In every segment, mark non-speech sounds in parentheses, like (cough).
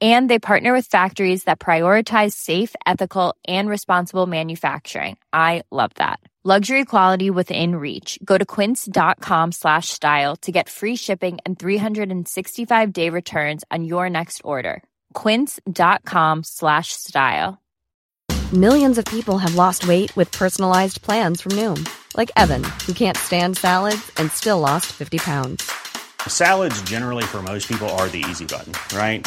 And they partner with factories that prioritize safe, ethical, and responsible manufacturing. I love that. Luxury quality within reach. Go to quince.com slash style to get free shipping and 365 day returns on your next order. Quince.com slash style. Millions of people have lost weight with personalized plans from Noom, like Evan, who can't stand salads and still lost 50 pounds. Salads, generally, for most people, are the easy button, right?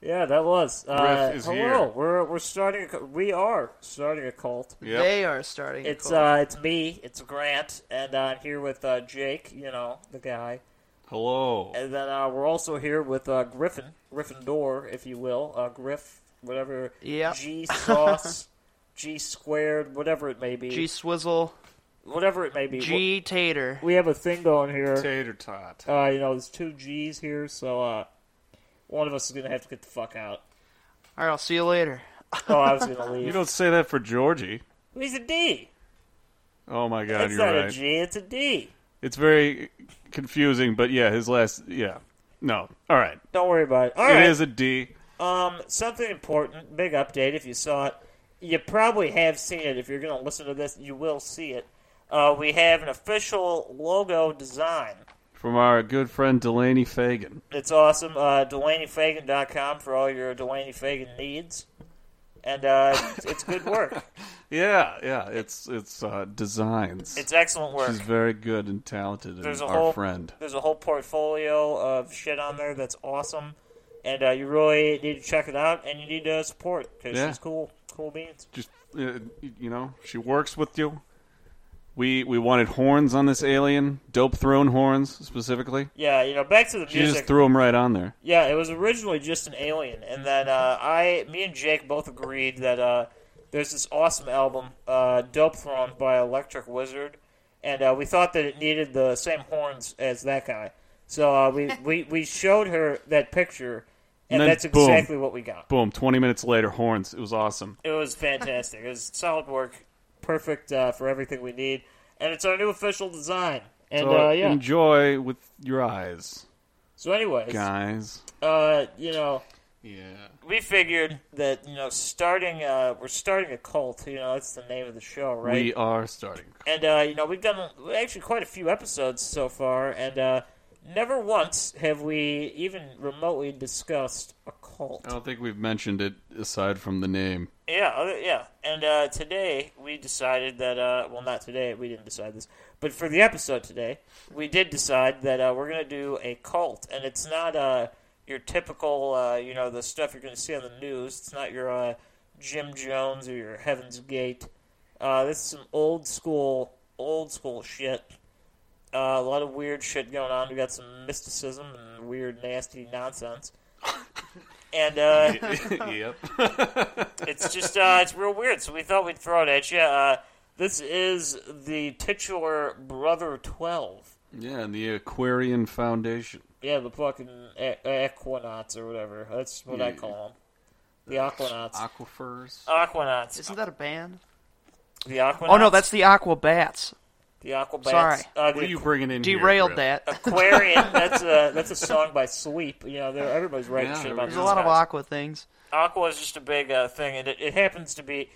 Yeah, that was. Uh, is hello, here. we're we're starting. A, cu- we are starting a cult. They are starting. a It's cult. uh, it's me, it's Grant, and uh, I'm here with uh, Jake, you know, the guy, Hello. and then uh, we're also here with uh, Griffin, Gryffindor, if you will, uh, Griff, whatever. Yep. G sauce, G squared, whatever it may be, G Swizzle, whatever it may be. G Tater. We have a thing going here. Tater tot. Uh, you know, there's two G's here, so uh, one of us is gonna have to get the fuck out. All right, I'll see you later. Oh, I was (laughs) gonna You leave. don't say that for Georgie. He's a D. Oh my God, It's you're not right. a G. It's a D. It's very confusing, but yeah, his last yeah. No, all right. Don't worry about it. All It is right. a D. Um, something important. Big update. If you saw it, you probably have seen it. If you're going to listen to this, you will see it. Uh, we have an official logo design. from our good friend Delaney Fagan. It's awesome. Uh, DelaneyFagan.com for all your Delaney Fagan needs. And uh, it's, it's good work. Yeah, yeah, it's it's uh, designs. It's excellent work. She's very good and talented, and There's a our whole friend. There's a whole portfolio of shit on there that's awesome, and uh, you really need to check it out and you need to support because Yeah. she's cool, cool beans. Just uh, you know, she works with you. We we wanted horns on this alien, dope throne horns specifically. Yeah, you know, back to the She music. just threw them right on there. Yeah, it was originally just an alien, and then uh, I, me and Jake both agreed that uh, there's this awesome album, uh, Dope Throne by Electric Wizard, and uh, we thought that it needed the same horns as that guy. So uh, we, we we showed her that picture, and, And then that's boom. exactly what we got. Boom! Twenty minutes later, horns. It was awesome. It was fantastic. it was solid work, perfect uh, for everything we need, and it's our new official design. And So uh, yeah. enjoy with your eyes, so, anyways, guys. uh, you know. Yeah. we figured that you know starting uh we're starting a cult you know that's the name of the show right We are starting. and uh you know we've done actually quite a few episodes so far and uh never once have we even remotely discussed a cult I don't think we've mentioned it aside from the name. yeah other- yeah and uh today we decided that uh well not today we didn't decide this but for the episode today we did decide that uh we're gonna do a cult and it's not uh your typical uh you know the stuff you're gonna see on the news it's not your uh Jim Jones or your Heaven's Gate. Uh, this is some old school, old school shit. Uh, a lot of weird shit going on. We got some mysticism and weird, nasty nonsense. and uh, yep. it's just uh, it's real weird. So we thought we'd throw it at you. Uh, this is the titular Brother Twelve. Yeah, and the Aquarian Foundation. Yeah, the fucking e- Equinauts or whatever. That's what I Yeah. call them. The Aquanauts. Aquifers. Aquanauts. Isn't that a band? The Aquanauts. Oh no, that's the Aquabats. the Aquabats. Sorry. Uh, the What are you bringing in? here, Derailed Griff? (laughs) that. Aquarian. That's a that's a song by Sleep. You know, they're- everybody's writing Yeah, shit about everybody's- There's these a lot of guys. aqua things. Aqua is just a big uh, thing, and it, it happens to be.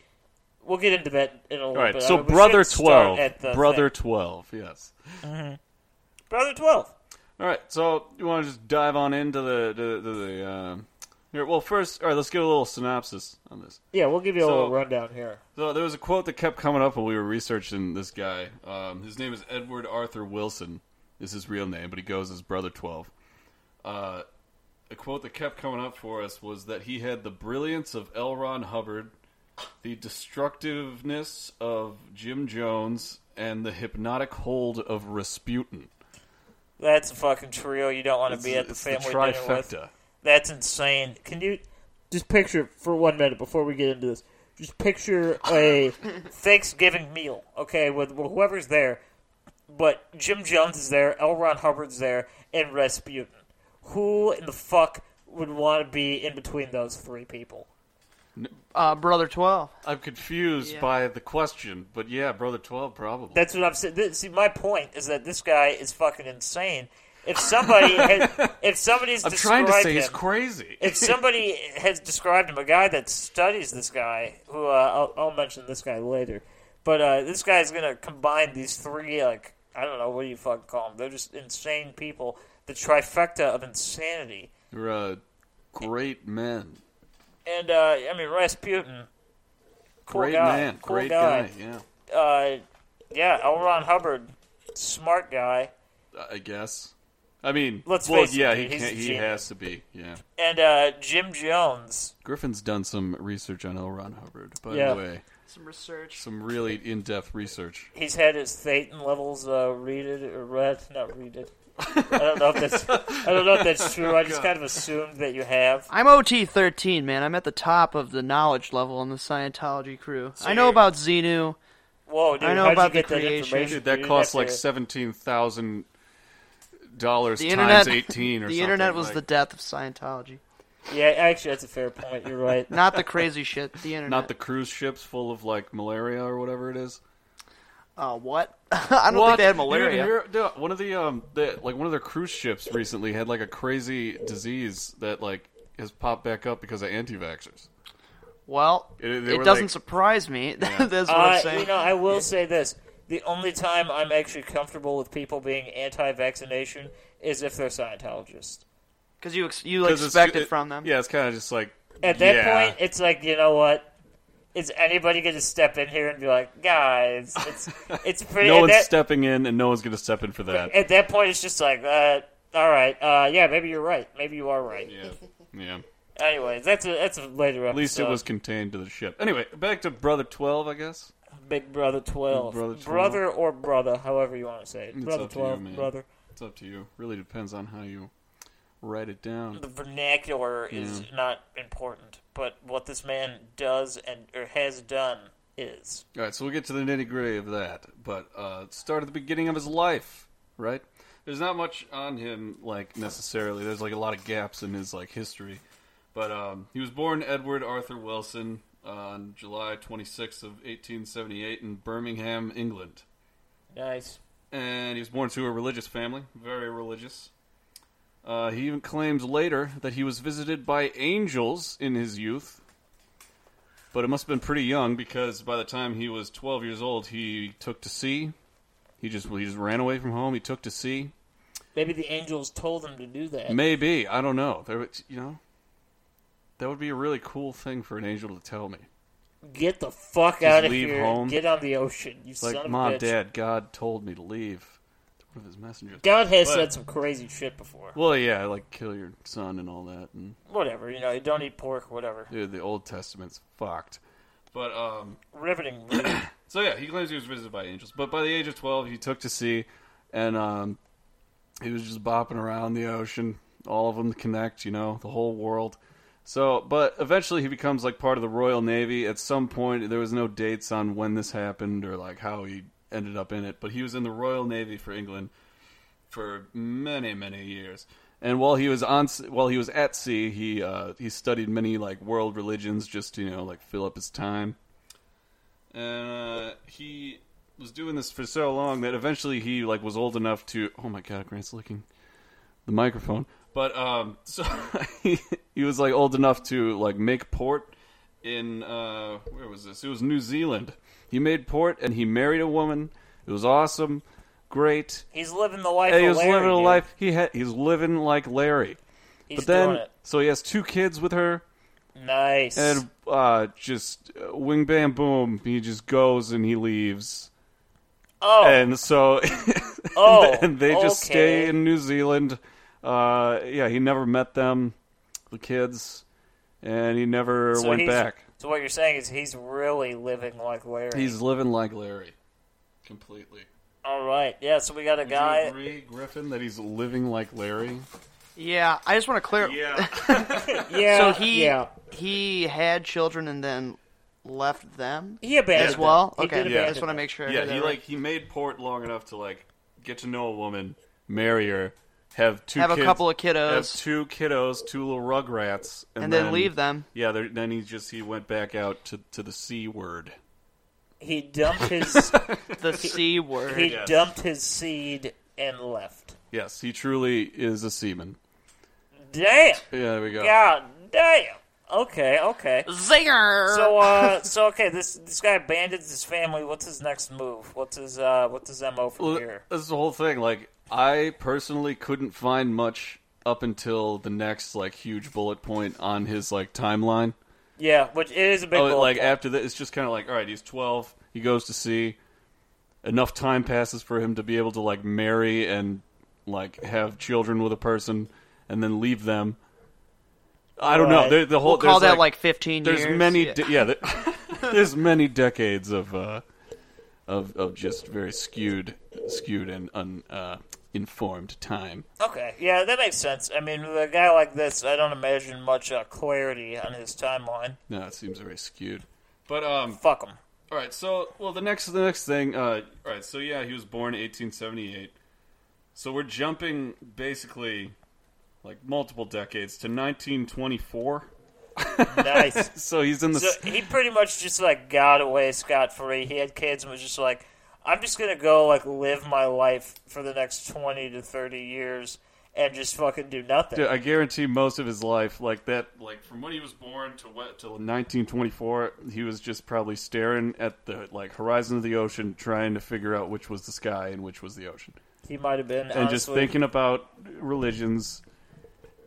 We'll get into that in a little All right, bit. so I mean, uh, we brother should start twelve, at the brother thing. twelve, yes. brother twelve. All right, so you want to just dive on into the the, the, the uh, here? Well, first, all right, let's give a little synopsis on this. Yeah, we'll give you a So- little rundown here. So there was a quote that kept coming up when we were researching this guy. Um, his name is Edward Arthur Wilson. Is his real name, but he goes as brother twelve. uh, a quote that kept coming up for us was that he had the brilliance of L. Ron Hubbard, the destructiveness of Jim Jones, and the hypnotic hold of Rasputin. That's a fucking trio you don't want to be at the it's family dinner with. trifecta. That's insane. Can you just picture for one minute before we get into this? Just picture a Thanksgiving meal, okay, with well, whoever's there. But Jim Jones is there, L. Ron Hubbard's there, and Rasputin. Who in the fuck would want to be in between those three people? Uh, Brother 12. I'm confused Yeah. by the question, but yeah, Brother 12 probably. That's what I'm saying. Th- See, my point is that this guy is fucking insane. (laughs) If somebody, has, if somebody's I'm trying to described say he's him- crazy. if somebody has described him, a guy that studies this guy, who uh, I'll, I'll mention this guy later, but uh, this guy's gonna combine these three, like I don't know what do you fucking call them? They're just insane people, the trifecta of insanity. You're a great man. And uh, I mean Rasputin, cool Great guy, man. cool great guy. guy. Yeah. Uh, yeah, L. Ron Hubbard, smart guy. I guess. I mean, Let's well, face it, yeah, dude, he he's can't, a he genius. has to be. Yeah. And uh, Jim Jones, Griffin's done some research on L. Ron Hubbard, by Yeah. the way. Some research. Some really in-depth research. he's had his Thetan levels uh, readed or read, not readed. I don't know if that's I don't know if that's true. (laughs) I Oh, just kind of assumed that you have. I'm OT 13, man. I'm at the top of the knowledge level in the Scientology crew. I know about Xenu. Whoa, dude, I know how'd about you get the that creation. information? Dude, that You'd costs have like to- seventeen thousand dollars The times internet, eighteen or the something. internet was like, the death of Scientology. Yeah, actually, that's a fair point. You're right. (laughs) Not the crazy shit. The internet. not the cruise ships full of like malaria or whatever it is. Uh, what? (laughs) I don't think they had malaria. Dude, here- dude, one of the um, the, like one of their cruise ships recently had like a crazy disease that like has popped back up because of anti-vaxxers. well, It- it, they were doesn't like- surprise me. (laughs) That's what I'm Uh, saying. you know, I will say this: the only time I'm actually comfortable with people being anti-vaccination is if they're Scientologists. Because you, ex- you 'Cause it's- expect it, from them. Yeah, it's kind of just like At that yeah. point, it's like you know what. Is anybody going to step in here and be like, guys? (laughs) It's it's pretty. no at one's that- stepping in, and no one's going to step in for that. at that point, it's just like, uh, all right, uh, yeah, maybe you're right. Maybe you are right. Yeah, yeah. Anyways, that's a that's a later episode. At least it was contained to the ship. Anyway, back to Brother Twelve, I guess. Big Brother Twelve, Big Brother 12. brother or brother, however you want to say it. brother up to you, Twelve, man. brother. It's up to you. Really depends on how you write it down. The vernacular is not important, but what this man does and or has done is. All right, so we'll get to the nitty gritty of that, but uh, start at the beginning of his life, right? There's not much on him, like necessarily. There's like a lot of gaps in his like history, but um, he was born Edward Arthur Wilson uh, on July 26th of 1878 in Birmingham, England, Nice. and he was born to a religious family, very religious. Uh, he even claims later that he was visited by angels in his youth, but it must have been pretty young because by the time he was 12 years old, he took to sea. He just he just ran away from home. He took to sea. Maybe the angels told him to do that. Maybe I don't know. There, was- you know, that would be a really cool thing for an angel to tell me. Get the fuck out of leave here. home. Get on the ocean, you It's son like, of Mom, a bitch. Dad, God told me to leave. It's One of his messengers. God has But- said some crazy shit before. Well, yeah, like kill your son and all that, and Whatever, you know, you don't eat pork, whatever. Dude, the Old Testament's fucked. But um, Riveting. movie. so yeah, he claims he was visited by angels. But by the age of twelve, he took to sea, and um, he was just bopping around the ocean. All of them connect, you know, the whole world. So, but eventually he becomes like part of the Royal Navy. At some point, there was no dates on when this happened or like how he ended up in it. But he was in the Royal Navy for England for many many years. And while he was on, while he was at sea, he uh, he studied many like world religions just to, you know like fill up his time. And uh, he was doing this for so long that eventually he like was old enough to. Oh my god, Grant's licking the microphone. But um, (laughs) so he, he was like old enough to like make port in uh, where was this? It was New Zealand. He made port and he married a woman. It was awesome, great. He's living the life. And he of was Larry, living a dude. life. He had he's living like Larry. He's But then, doing it. so he has two kids with her, Nice. and (laughs) uh, just uh, wing bam boom, he just goes and he leaves, oh, and so (laughs) oh, and they just okay. stay in New Zealand Uh, yeah, he never met them, the kids, and he never So went he's- back. So what you're saying is he's really living like Larry. He's living like Larry, completely. All right. Yeah. So we got a Do you guy. agree, Griffin, that he's living like Larry? Yeah, I just want to clear. Yeah. So he Uh, Yeah. he had children and then left them He abandoned as well. them. He okay, did I abandon just want to them. make sure. I Yeah, did that he right. like he made port long enough to like get to know a woman, marry her, have two Have a kids- couple of kiddos. have two kiddos, two little rugrats, and, And then leave them. Yeah, they're- then he just he went back out to to the c word. He (laughs) dumped his (laughs) the c word. he dumped his seed and left. Yes, he truly is a seaman. Damn. Yeah, there we go. God damn. Okay. Okay. Zinger. So uh. So okay. This this guy abandons his family. What's his next move? What's his uh? What's his mo from Well, here? This is the whole thing. Like, I personally couldn't find much up until the next like huge bullet point on his like timeline. Yeah. Which it is a big. Oh, bullet like point. after that, it's just kind of like, all right, he's twelve. He goes to sea. Enough time passes for him to be able to like marry and like have children with a person, and then leave them. I don't know. Right. There, the whole we'll call there's, that like, 15 there's years. many Yeah. de- yeah there, (laughs) there's many decades of uh, of of just very skewed skewed and un, uh, informed time. Okay, yeah, that makes sense. I mean, with a guy like this, I don't imagine much uh, clarity on his timeline. No, it seems very skewed. But um, Fuck him. All right, so well, the next the next thing. Uh, all right, so yeah, he was born in 1878. So we're jumping basically like multiple decades to 1924. (laughs) Nice. So he's in the so he pretty much just like got away scot free. He had kids and was just like, I'm just gonna go like live my life for the next twenty to thirty years and just fucking do nothing. I guarantee most of his life, like that, like from when he was born to what till 1924, he was just probably staring at the like horizon of the ocean, trying to figure out which was the sky and which was the ocean, He might have been and just honestly- thinking about religions.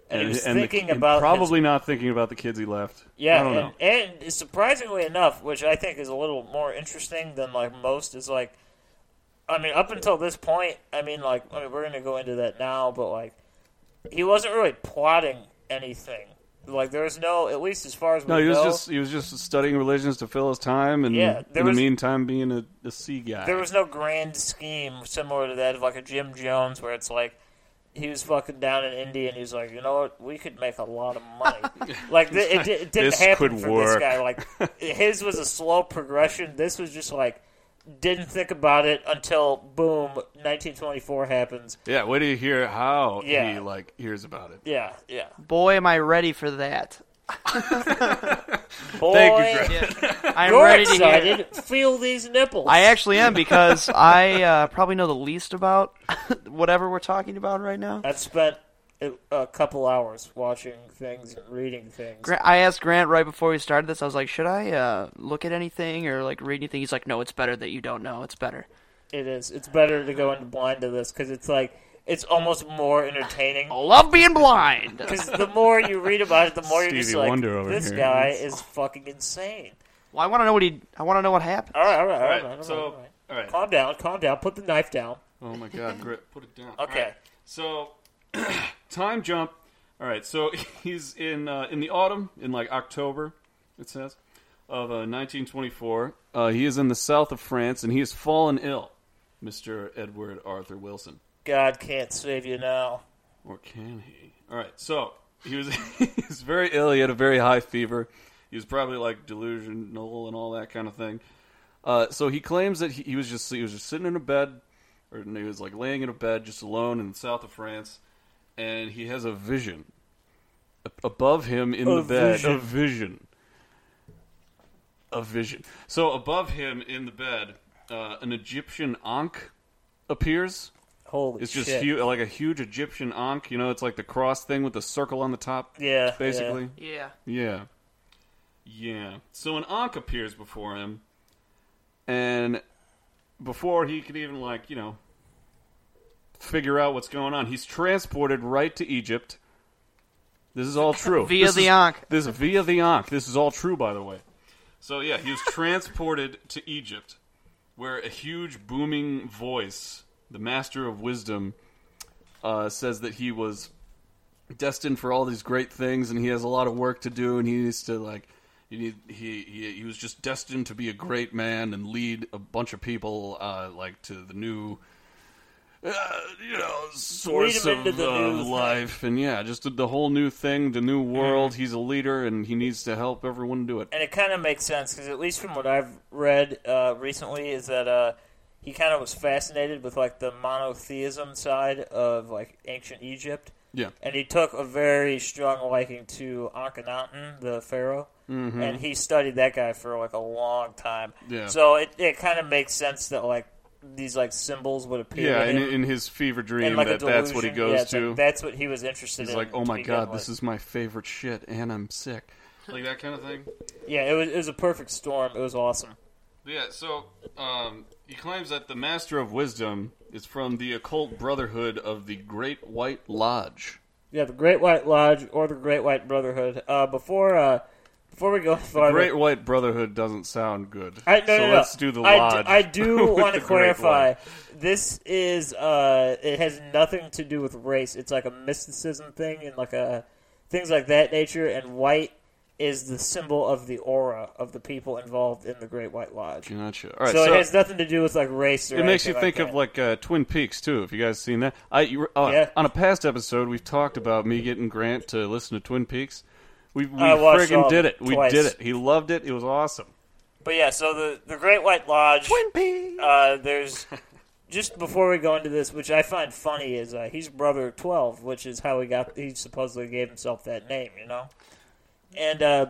And he was the- thinking and about his- probably not thinking about the kids he left. Yeah, I don't know. and, and surprisingly enough, which I think is a little more interesting than like most, is like, I mean, up until this point, I mean, like, I mean, we're gonna go into that now, but like, he wasn't really plotting anything. Like, there was no, at least as far as we No, he was know, just he was just studying religions to fill his time, and Yeah, there in was- the meantime, being a, a sea guy. there was no grand scheme similar to that of like a Jim Jones, where it's like. He was fucking down in India, and he was like, "You know what? We could make a lot of (laughs) money." like th- it, di- it didn't This happen could for this work. guy. (laughs) Like his was a slow progression. This was just like didn't think about it until boom, 1924 happens. yeah, wait till you hear how Yeah. he like hears about it. Yeah, yeah. Boy, am I ready for that. (laughs) Boy, Thank you, I'm you're ready to hear. excited. Feel these nipples. I actually am because I uh, probably know the least about (laughs) whatever we're talking about right now. I've spent a, a couple hours watching things and reading things. Grant, I asked Grant right before we started this. I was like, "Should I uh, look at anything or like read anything?" He's like, "No, it's better that you don't know. It's better." It is. It's better to go into blind to this because it's like it's almost more (laughs) entertaining. I love being blind. Because the more you read about it, the more you're just Stevie like, Wonder over this here. guy is fucking insane. well, I want to know what he. I want to know what happened. All right, all right, all right. All All right, right, so- all right. all right. Calm down, calm down. Put the knife down. Oh my God, Grit, put it down. Okay. All right, so (clears throat) time jump. All right, so (laughs) he's in uh, in the autumn, in like October, it says, of uh, 1924. Uh, he is in the south of France, and he has fallen ill, Mister Edward Arthur Wilson. God can't save you now. Or can he? All right. So he was (laughs) he was very ill. He had a very high fever. He was probably like delusional and all that kind of thing. Uh, so he claims that he, he was just he was just sitting in a bed, or he was like laying in a bed just alone in the south of France, and he has a vision A- above him in A the bed. vision. A vision. A vision. So above him in the bed, uh, an Egyptian ankh appears. Holy It's just shit. hu- like a huge Egyptian ankh. You know, it's like the cross thing with the circle on the top. Yeah, Basically. Yeah. Yeah. Yeah. So an ankh appears before him, and before he could even, like, you know, figure out what's going on, he's transported right to Egypt. This is all true. Via This the is- ankh. This via the ankh. This is all true, by the way. So yeah, he was transported to Egypt, where a huge booming voice, the master of wisdom, uh, says that he was destined for all these great things, and he has a lot of work to do, and he needs to like he need, he, he he was just destined to be a great man and lead a bunch of people uh, like to the new. Uh, you know, source Lead 'em of into the uh, new thing. Mm-hmm. life, and yeah, just the whole new thing, the new world. He's a leader, and he needs to help everyone do it. and it kind of makes sense because at least from what I've read uh, recently is that uh, he kind of was fascinated with like the monotheism side of like ancient Egypt, Yeah, and he took a very strong liking to Akhenaten, the pharaoh, and he studied that guy for like a long time. Mm-hmm. Yeah. So it, it kind of makes sense that like these like symbols would appear. yeah. to In, him in his fever dream, in, like, a that that's what he delusion. goes Yeah, it's to. like, that's what he was interested He's in. like, oh to my begin god, with." this is my favorite shit, and I'm sick. Like that kind of thing. yeah. It was it was a perfect storm. It was awesome. Yeah, so um, he claims that the Master of Wisdom is from the occult brotherhood of the Great White Lodge. Yeah, the Great White Lodge or the Great White Brotherhood. Uh, before uh, before we go farther, Great White Brotherhood doesn't sound good. I, no, so no, no. let's do the I d- lodge. I do (laughs) with want the to Great clarify. White. This is uh, it has nothing to do with race. It's like a mysticism thing and like a things like that nature. And white is the symbol of the aura of the people involved in the Great White Lodge. Gotcha. All right, so, so, it has nothing to do with like race. Or it makes you anything think like of that. like uh, Twin Peaks too. If you guys seen that, I you, were- oh, Yeah. on a past episode we've talked about me getting Grant to listen to Twin Peaks. We we I watched friggin' all of did it it. We twice. did it. He loved it. It was awesome. But yeah, so the the Great White Lodge. Uh, there's just before we go into this, which I find funny is uh, he's brother of twelve, which is how he got he supposedly gave himself that name, you know. And uh,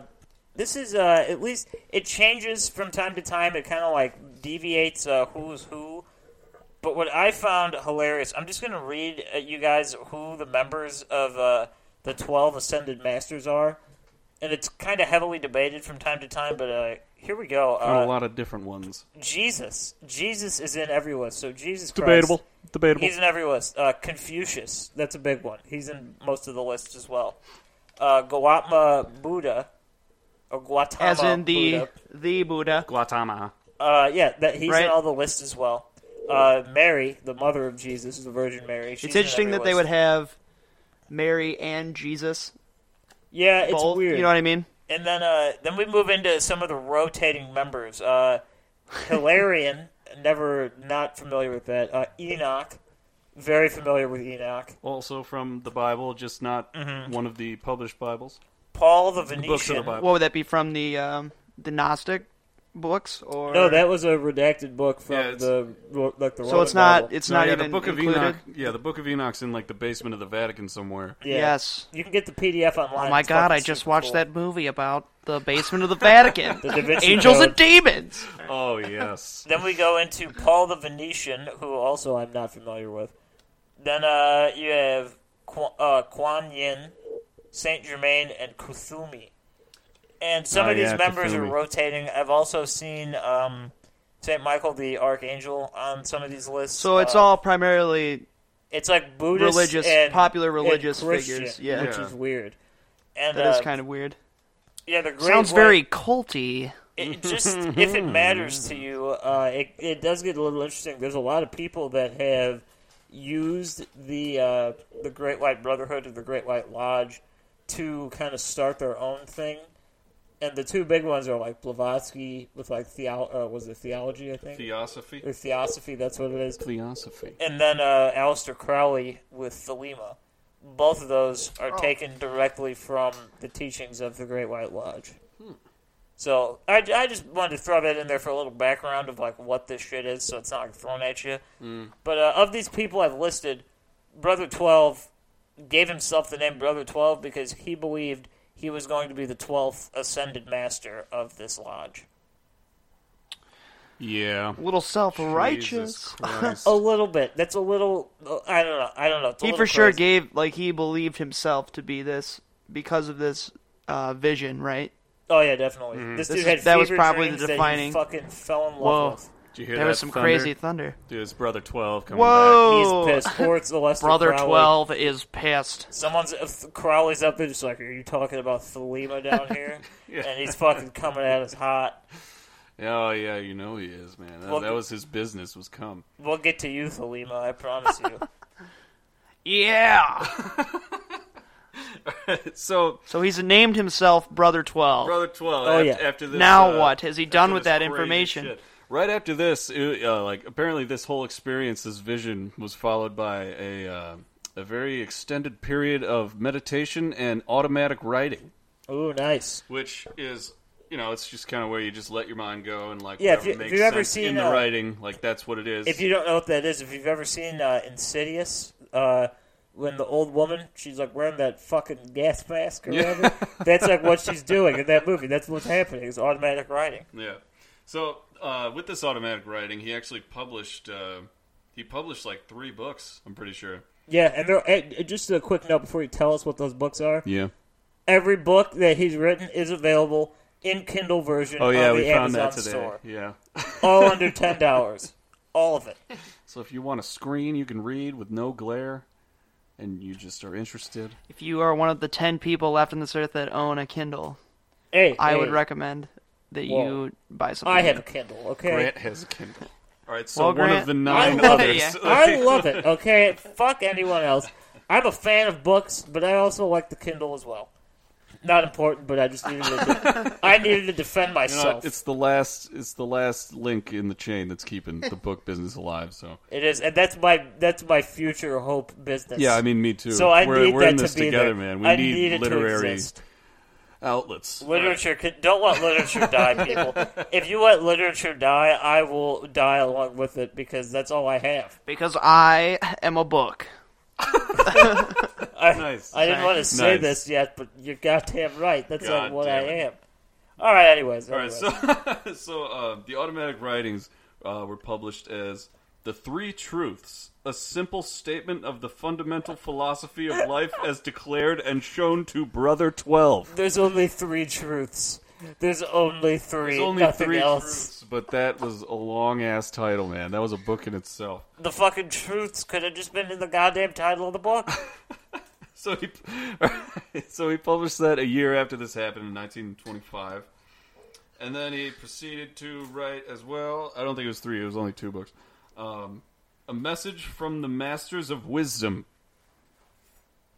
this is uh, at least it changes from time to time. It kind of like deviates uh, who's who. But what I found hilarious, I'm just going to read uh, you guys who the members of uh, the 12 Ascended Masters are. And it's kind of heavily debated from time to time, but uh, here we go. Found Uh, a lot of different ones. Jesus. Jesus is in every list. So Jesus Christ. Debatable. Debatable. He's in every list. Uh, Confucius. That's a big one. He's in most of the lists as well. Uh, Gautama Buddha. Or Gautama As in the Buddha. the Buddha. Guatemala. Uh, yeah, that he's Right. in all the lists as well. Uh, Mary, the mother of Jesus, the Virgin Mary. She's It's interesting in every that they list. would have Mary and Jesus Yeah, it's both. weird. You know what I mean? And then uh, then we move into some of the rotating members. Uh, Hilarion, (laughs) never not familiar with that. Uh, Enoch, very familiar with Enoch. Also from the Bible, just not Mm-hmm. one of the published Bibles. Paul the The Venetian. books of the Bible. What would that be from the um, the Gnostic books or No, that was a redacted book from Yeah, it's- the ro- like the so Roman it's not Bible. it's No, not yeah, even the Book of included. Enoch. Yeah, the Book of Enoch's in like the basement of the Vatican somewhere. Yeah. Yes. You can get the PDF online. Oh my It's god, fucking I just super watched cool. that movie about the basement of the Vatican. The Da Vinci Angels Code. and demons. Oh (laughs) yes. Then we go into Paul the Venetian, who also I'm not familiar with. Then uh, you have Qu- uh, Kuan Yin, Saint Germain, and Kuthumi. And some Ah, of these yeah, members are Kuthumi. rotating. I've also seen um, Saint Michael the Archangel on some of these lists. So it's Uh, all primarily it's like Buddhist, religious, and- popular and religious Christian, figures. Yeah, which Yeah. is weird. And that is uh, kind of weird. yeah, the great Sounds White- very culty. it just if it matters to you, uh, it it does get a little interesting. There's a lot of people that have used the uh, the Great White Brotherhood or the Great White Lodge to kind of start their own thing, and the two big ones are like Blavatsky with like theo uh, was it theology I think Theosophy. or theosophy that's what it is, Theosophy. Mm-hmm. and then uh, Aleister Crowley with Thelema. Both of those Oh. are taken directly from the teachings of the Great White Lodge. Hmm. So I, I just wanted to throw that in there for a little background of like what this shit is, so it's not like thrown at you. Mm. But uh, of these people I've listed, Brother Twelve gave himself the name Brother Twelve because he believed he was going to be the twelfth ascended master of this lodge. Yeah. A little self (laughs) Jesus righteous. Oh, Christ. A little bit. That's a little. uh, I don't know. I don't know. It's a He for little sure crazy. gave like he believed himself to be this because of this uh, vision, right? Oh yeah, definitely. This dude Mm-hmm. This had is- that was fever probably dreams the that he defining- fucking fell in love Whoa. with. Did you hear That was some thunder? crazy thunder. Dude, it's brother twelve coming back. Whoa, He's pissed. Poor (laughs) Celeste Oh. brother Crowley. twelve is pissed. Someone's if Crowley's up there, just like, are you talking about Thelema down (laughs) here? And he's fucking coming at us hot. Oh yeah, you know he is, man. That, Well, that was his business was come. We'll get (laughs) to you, Thelema. I promise you. Yeah. so (laughs) So he's named himself Brother 12. Brother Twelve. Oh, af- yeah. After this, Now uh, what? Has he done after with this that crazy information? shit. Right after this, it, uh, like apparently this whole experience, this vision, was followed by a uh, a very extended period of meditation and automatic writing, Ooh, nice. which is. You know, it's just kind of where you just let your mind go and like Yeah, if whatever you- if makes you've ever sense seen, in the uh, writing, like that's what it is. If you don't know what that is, if you've ever seen uh, Insidious, uh, when the old woman, she's like wearing that fucking gas mask or whatever, that's like (laughs) what she's doing in that movie. That's what's happening. It's automatic writing. Yeah. So uh, with this automatic writing, he actually published. Uh, he published like three books. I'm pretty sure. Yeah, and, there, and just a quick note before you tell us what those books are. Yeah. Every book that he's written is available in Kindle version Oh yeah, on the we found Amazon that today. store. Yeah. All under ten dollars. All of it. So if you want a screen you can read with no glare, and you just are interested. If you are one of the 10 people left on this earth that own a Kindle, Hey, I hey, would recommend that Whoa. you buy something. I have a Kindle. Okay. Grant has a Kindle. All right. So Well, one Grant- of the I nine love others. (laughs) it. I love it. Okay, fuck anyone else. I'm a fan of books, but I also like the Kindle as well. Not important, but I just needed (laughs) to. I needed to defend You know, myself. it's the last. It's the last link in the chain that's keeping the book business alive. So It is, and that's my that's my future hope business. yeah, I mean, me too. so I we're need we're that in this to be together, there. man. We I need, need it to literary exist. outlets. Literature can, don't let literature (laughs) die, people. if you let literature die, I will die along with it because that's all I have. Because I am a book. I, Nice. I didn't want to say Nice. this yet, but you're goddamn right. That's like God what I damn it. am. All right. Anyways. All right, anyways. so (laughs) so uh, the automatic writings uh, were published as the three truths, a simple statement of the fundamental philosophy of life as declared and shown to brother twelve. There's only three truths. There's only three. There's only nothing three else. truths, but that was a long ass title, man. That was a book in itself. (laughs) The fucking truths could have just been in the goddamn title of the book. So he (laughs) so he published that a year after this happened in 1925. And then he proceeded to write as well. I don't think it was three; it was only two books. Um, a message from the masters of wisdom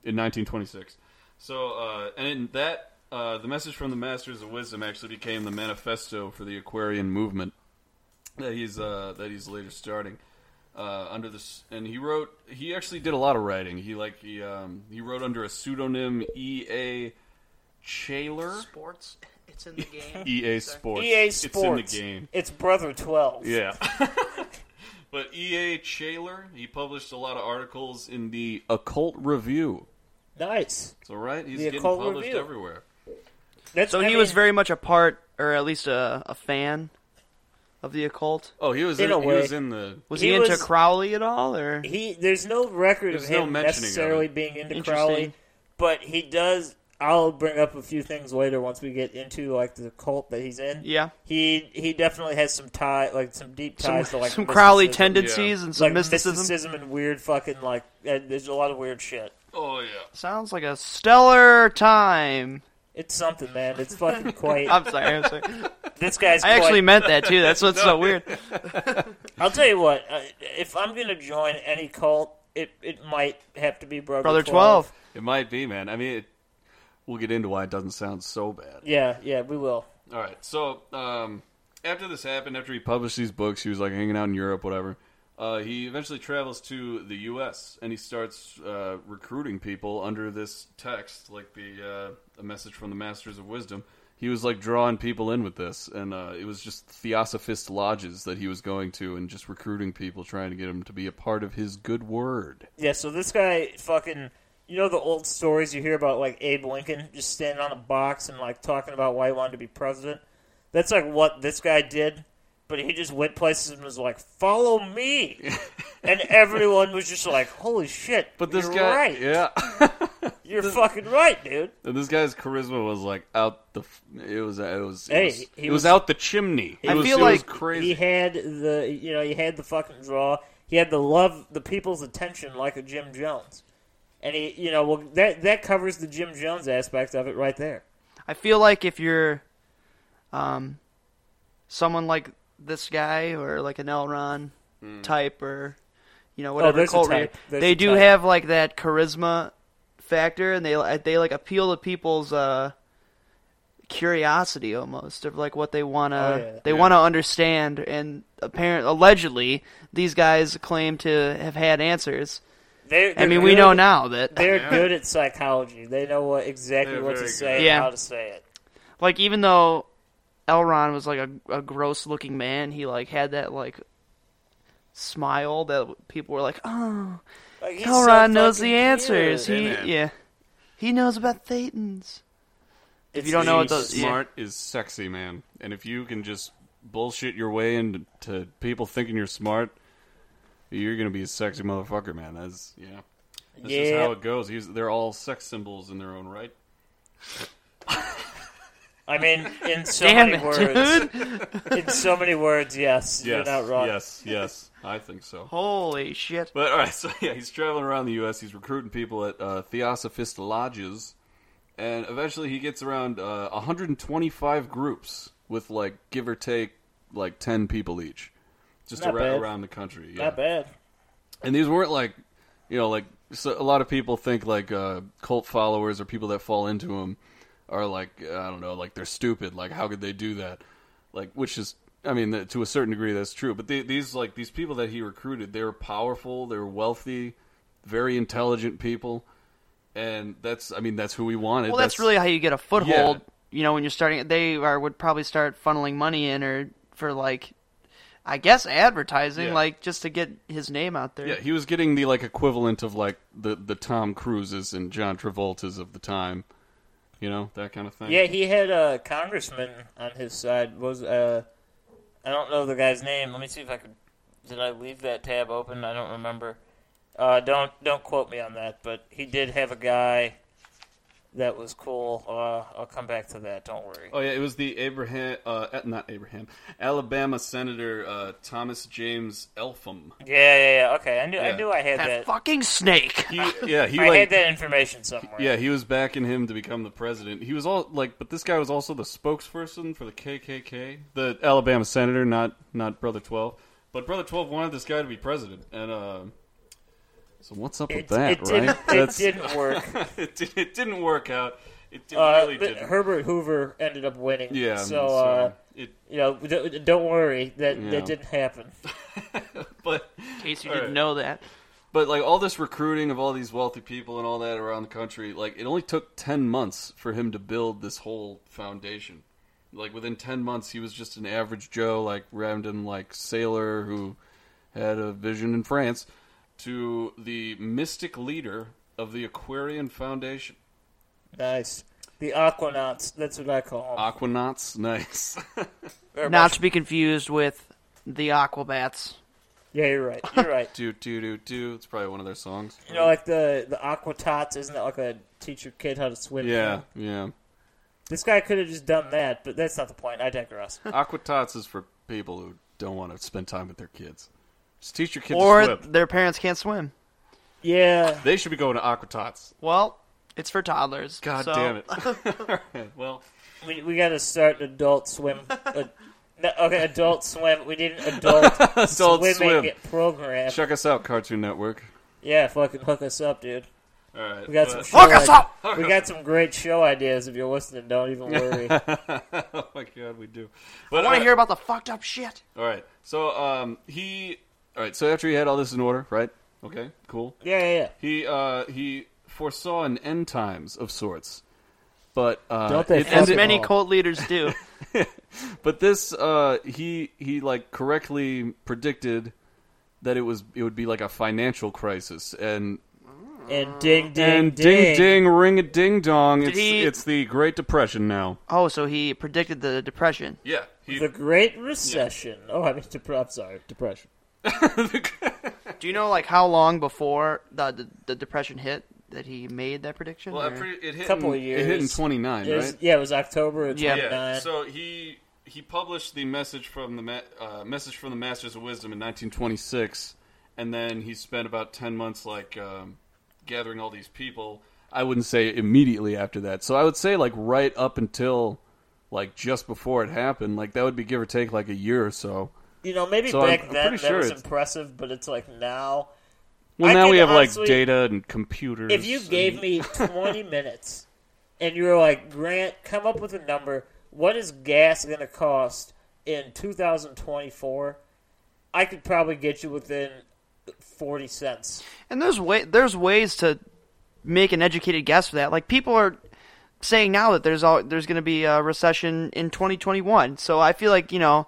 in 1926. So, uh, and in that uh, the message from the masters of wisdom actually became the manifesto for the Aquarian movement that he's uh, that he's later starting uh, under this. And he wrote. He actually did a lot of writing. He like he um, he wrote under a pseudonym E. A. Chaler. Sports, it's (laughs) in the game. EA E Sports. EA Oh, It's E Sports. in the game. It's Brother Twelve. Yeah. but EA Chaler, he published a lot of articles in the Occult Review. Nice. So right, he's The getting Occult published Review. everywhere. That's, so I he mean, was very much a part, or at least a, a fan of the occult. Oh, he was In in, a he way. was in the Was He he, into was- Crowley at all, or He. There's no record of There's no him mentioning of necessarily it. being into Interesting. Crowley, but he does. I'll bring up a few things later once we get into like the cult that he's in. Yeah. He he definitely has some tie, like some deep some, ties to like some Crowley mysticism. tendencies and some like mysticism? and weird fucking like uh, there's a lot of weird shit. Oh yeah. Sounds like a stellar time. It's something, man. It's fucking (laughs) quite. I'm sorry. I'm sorry. (laughs) this guy's. I actually quite- meant that too. That's (laughs) what's so weird. I'll tell you what. Uh, if I'm gonna join any cult, it it might have to be Brother, Brother 12. It might be, man. I mean, it, we'll get into why it doesn't sound so bad. Yeah, yeah, we will. All right. So um, after this happened, after he published these books, he was like hanging out in Europe, whatever. Uh, he eventually travels to the U.S. and he starts uh, recruiting people under this text, like the uh, a message from the Masters of Wisdom. He was like drawing people in with this, and uh, it was just theosophist lodges that he was going to and just recruiting people, trying to get them to be a part of his good word. Yeah. So this guy fucking. You know the old stories you hear about like Abe Lincoln just standing on a box and like talking about why he wanted to be president. That's like what this guy did, but he just went places and was like, "Follow (laughs) me," and everyone was just like, "Holy shit!" But this you're guy, right. yeah, (laughs) You're fucking right, dude. And this guy's charisma was like out the. f- It was. It was. It, Hey, was, he it was, was- out the chimney. It I was, feel it was like crazy. He had the you know he had the fucking draw. He had the love, the people's attention, like a Jim Jones, and he you know well that that covers the Jim Jones aspect of it right there. I feel like if you're um, someone like this guy or like an Elron Hmm. type or you know whatever Oh, there's a cult type. leader, There's they a do type. have like that charisma factor, and they like, they like appeal to people's uh, curiosity almost of like what they wanna Oh, yeah. they wanna understand. And apparent allegedly, these guys claim to have had answers. They, I mean, we know now that They're good at psychology. They know what exactly They're what to very say good. and Yeah. how to say it. like even though Elrond was like a, a gross looking man, he like had that like smile that people were like, "Oh, Like, he's so Elrond knows fucking the answers. cute. He Yeah, man. yeah, he knows about Thetans." It's you don't know what easy. those- yeah. smart is sexy, man. And if you can just bullshit your way into to people thinking you're smart, you're gonna be a sexy motherfucker, man. That's yeah. That's just Yeah. how it goes. He's, they're all sex symbols in their own right. I mean, (laughs) in so Damn many it, words, (laughs) in so many words, yes, you're Yes, not wrong. (laughs) yes, yes. I think so. Holy shit! But all right, (laughs) so yeah, he's traveling around the U.S. He's recruiting people at uh, Theosophist lodges, and eventually he gets around uh, 125 groups with like give or take like 10 people each, just Not around, bad. around the country. Yeah. Not bad. And these weren't like, you know, like so a lot of people think like uh, cult followers or people that fall into them are like I don't know, like they're stupid. Like how could they do that? Like which is, I mean, th- to a certain degree that's true. But the these like these people that he recruited, they were powerful, they were wealthy, very intelligent people, and that's I mean that's who we wanted. Well, that's, really how you get a foothold. Yeah. You know, when you're starting, they are would probably start funneling money in or for like, I guess advertising, Yeah. like just to get his name out there. Yeah, he was getting the like equivalent of like the the Tom Cruises and John Travoltas of the time, you know that kind of thing. Yeah, he had a congressman on his side. Was uh, I don't know the guy's name. Let me see if I could. Did I leave that tab open? I don't remember. Uh, don't don't quote me on that. But he did have a guy that was cool. Uh, I'll come back to that. Don't worry. Oh yeah, it was the Abraham, uh, eh, not Abraham, Alabama Senator uh, Thomas James Elpham. Yeah, yeah, yeah. Okay, I knew I Yeah. knew I had that, that. fucking snake. He, yeah, he (laughs) I had like, that information somewhere. yeah, he was backing him to become the president. He was all like, but this guy was also the spokesperson for the KKK, the Alabama Senator, not not Brother Twelve, but Brother Twelve wanted this guy to be president, and uh, so what's up It, with that, it, right? didn't, it That's- didn't work. it, did, it didn't work out. It did, Uh, (laughs) really but didn't. Herbert Hoover ended up winning. yeah, So, so uh, it, you know, d- d- don't worry. That Yeah. that didn't happen. but In case you All didn't right. know that, But like all this recruiting of all these wealthy people and all that around the country, like it only took ten months for him to build this whole foundation. Like within ten months, he was just an average Joe, like random like sailor who had a vision in France, to the mystic leader of the Aquarian Foundation. Nice. The Aquanauts. That's what I call Ah. them. Aquanauts, (laughs) nice. Very not much- to be confused with the Aquabats. Yeah, you're right. You're right. (laughs) do do do do. It's probably one of their songs. You know, like the the Aquatots. Isn't that like a teach your kid how to swim? Yeah, yeah. This guy could have just done that, but that's not the point. I digress. Aquatots is for people who don't want to spend time with their kids. Just teach your kids to Or swim. their parents can't swim. yeah. They should be going to Aquatots. Well, it's for toddlers. God so- damn (laughs) it. well, We, we got to start (laughs) adult swim. uh, no, okay, adult swim. We need an adult, (laughs) Adult swimming swim. program. check us out, Cartoon Network. Yeah, fucking hook us up, dude. All right. We got some. Show Hook us ide- up! We got some great show ideas. If you're listening, don't (laughs) even worry. oh my god, we do. But I want uh, to hear about the fucked up shit. All right. So um, he. All right. So after he had all this in order, right? Okay. Cool. yeah, yeah, yeah. He uh he foresaw an end times of sorts, but uh, Don't they it fucking As ended, many all. cult leaders (laughs) do. But this uh he he like correctly predicted that it was it would be like a financial crisis and And ding, ding, and ding, ding ding ring a ding dong it's he- it's the Great Depression now. oh, so he predicted the depression. Yeah. He The Great Recession. Oh, I mean, dep- I'm sorry, depression. Do you know like how long before the the, the depression hit that he made that prediction? Well, or- I pretty, it hit Couple in, years. It hit in twenty nine, It was- right? Yeah, it was October of Yeah. 29. Yeah. So he he published the message from the ma- uh, message from the Masters of Wisdom in nineteen twenty six, and then he spent about ten months like um, gathering all these people. I wouldn't say immediately after that. So I would say like right up until like just before it happened. Like that would be give or take like a year or so. you know, maybe so I'm- back I'm then pretty that sure was it's- impressive, but it's like now Well, I now could we have honestly- like data and computers. If you gave me 20 (laughs) minutes and you were like, Grant, come up with a number. What is gas going to cost in 2024? I could probably get you within 40 cents. And there's way there's ways to make an educated guess for that. Like people are saying now that there's all there's going to be a recession in 2021. So I feel like you know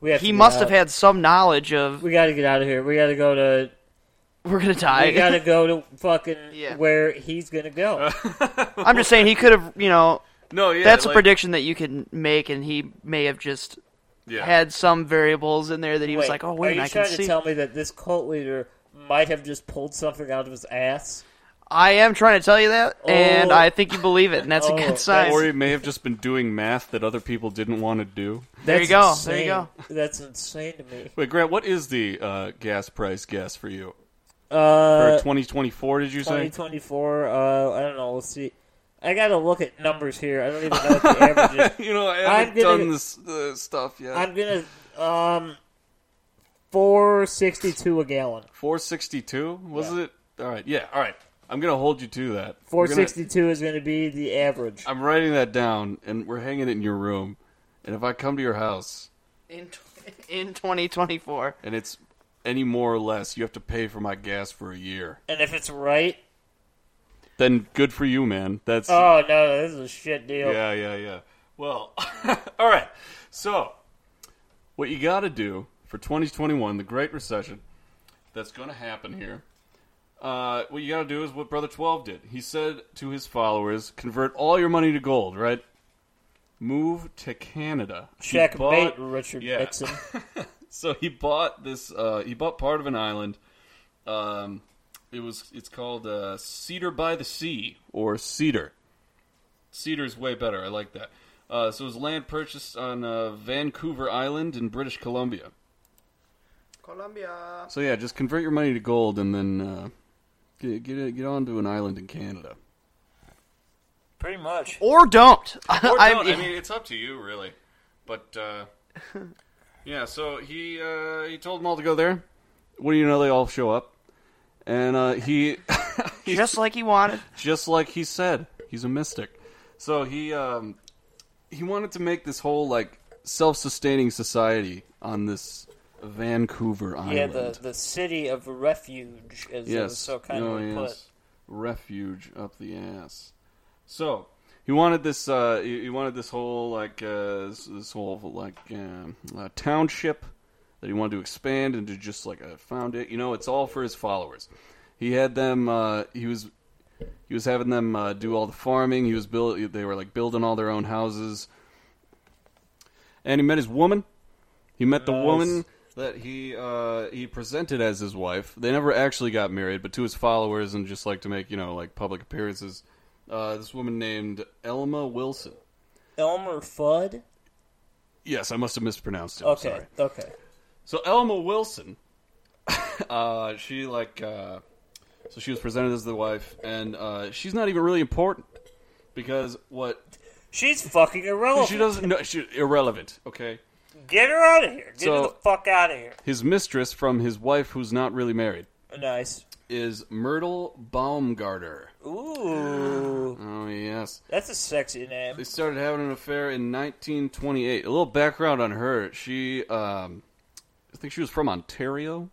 We have to he get must out. have had some knowledge of We got to get out of here. We got to go to. we're We going to (laughs) die. got to go to fucking Yeah. where he's going to (laughs) go. I'm just saying he could have you know no, yeah, that's a like- prediction that you can make, and he may have just yeah. had some variables in there that he was Wait, like, oh are wait, you I can trying to see. tell me that this cult leader might have just pulled something out of his ass? I am trying to tell you that, and Oh. I think you believe it, (laughs) and that's Oh, a good that's- sign. Or he may have just been doing math that other people didn't want to do. There you That's go. Insane. There you go. That's insane to me. Wait, Grant, what is the uh, gas price guess for you? For Uh, 2024, did you say? 2024. Uh, I don't know. Let's see. I gotta look at numbers here. I don't even know what the average (laughs) (laughs) is. You know, I I'm haven't gonna- done this uh, stuff yet. I'm gonna um, four sixty two a gallon. 462? Was it? All right. Yeah, all right. I'm going to hold you to that. Four We're gonna- Uh, sixty two is gonna be the average. I'm writing that down, and we're hanging it in your room. And if I come to your house In, tw- (laughs) in 2024, and it's any more or less, you have to pay for my gas for a year. And if it's right, Then good for you, man. That's oh no, this is a shit deal. Yeah, yeah, yeah. Well, (laughs) all right. So, what you got to do for 2021, the Great Recession that's going to happen here, uh, what you got to do is what Brother 12 did. He said to his followers, convert all your money to gold, right? Move to Canada. He Checkmate, bought- Richard yeah. (laughs) Nixon. So he bought this. Uh, he bought part of an island. Um, it was. It's called uh, Cedar by the Sea or Cedar. Cedar's way better. I like that. Uh, so it was land purchased on uh, Vancouver Island in British Columbia. Colombia. So yeah, just convert your money to gold and then uh, get get it- get onto an island in Canada. Pretty much. Or don't. (laughs) Or I- don't. I mean, it's up to you, really. But uh, yeah, so he uh, he told them all to go there. What do you know? They all show up, and uh, he (laughs) just like he wanted. just like he said, he's a mystic. So he um, he wanted to make this whole like self-sustaining society on this Vancouver island. Yeah, the the city of refuge, as it was yes, so kind oh, of put. yes. refuge up the ass. So he wanted this. Uh, he, he wanted this whole like uh, this, this whole like um, uh, township that he wanted to expand into just like a found it. You know, it's all for his followers. He had them. Uh, he was he was having them uh, do all the farming. He was build. They were like building all their own houses. And he met his woman. He met the woman that he uh, he presented as his wife. They never actually got married, but to his followers and just like to make you know like public appearances. Uh, this woman named Elma Wilson. Elmer Fudd. Yes, I must have mispronounced it. I'm Okay, sorry. okay. So Elma Wilson, (laughs) uh, she like, uh, so she was presented as the wife, and uh, she's not even really important because what She's fucking irrelevant. she doesn't know, she, irrelevant. Okay, Get her out of here. Get her So- the fuck out of here. his mistress from his wife, who's not really married, Nice. is Myrtle Baumgarter. (gasps) Ooh, Oh yes, that's a sexy they name. started having an affair in 1928. A little background on her: she, um, I think she was from Ontario,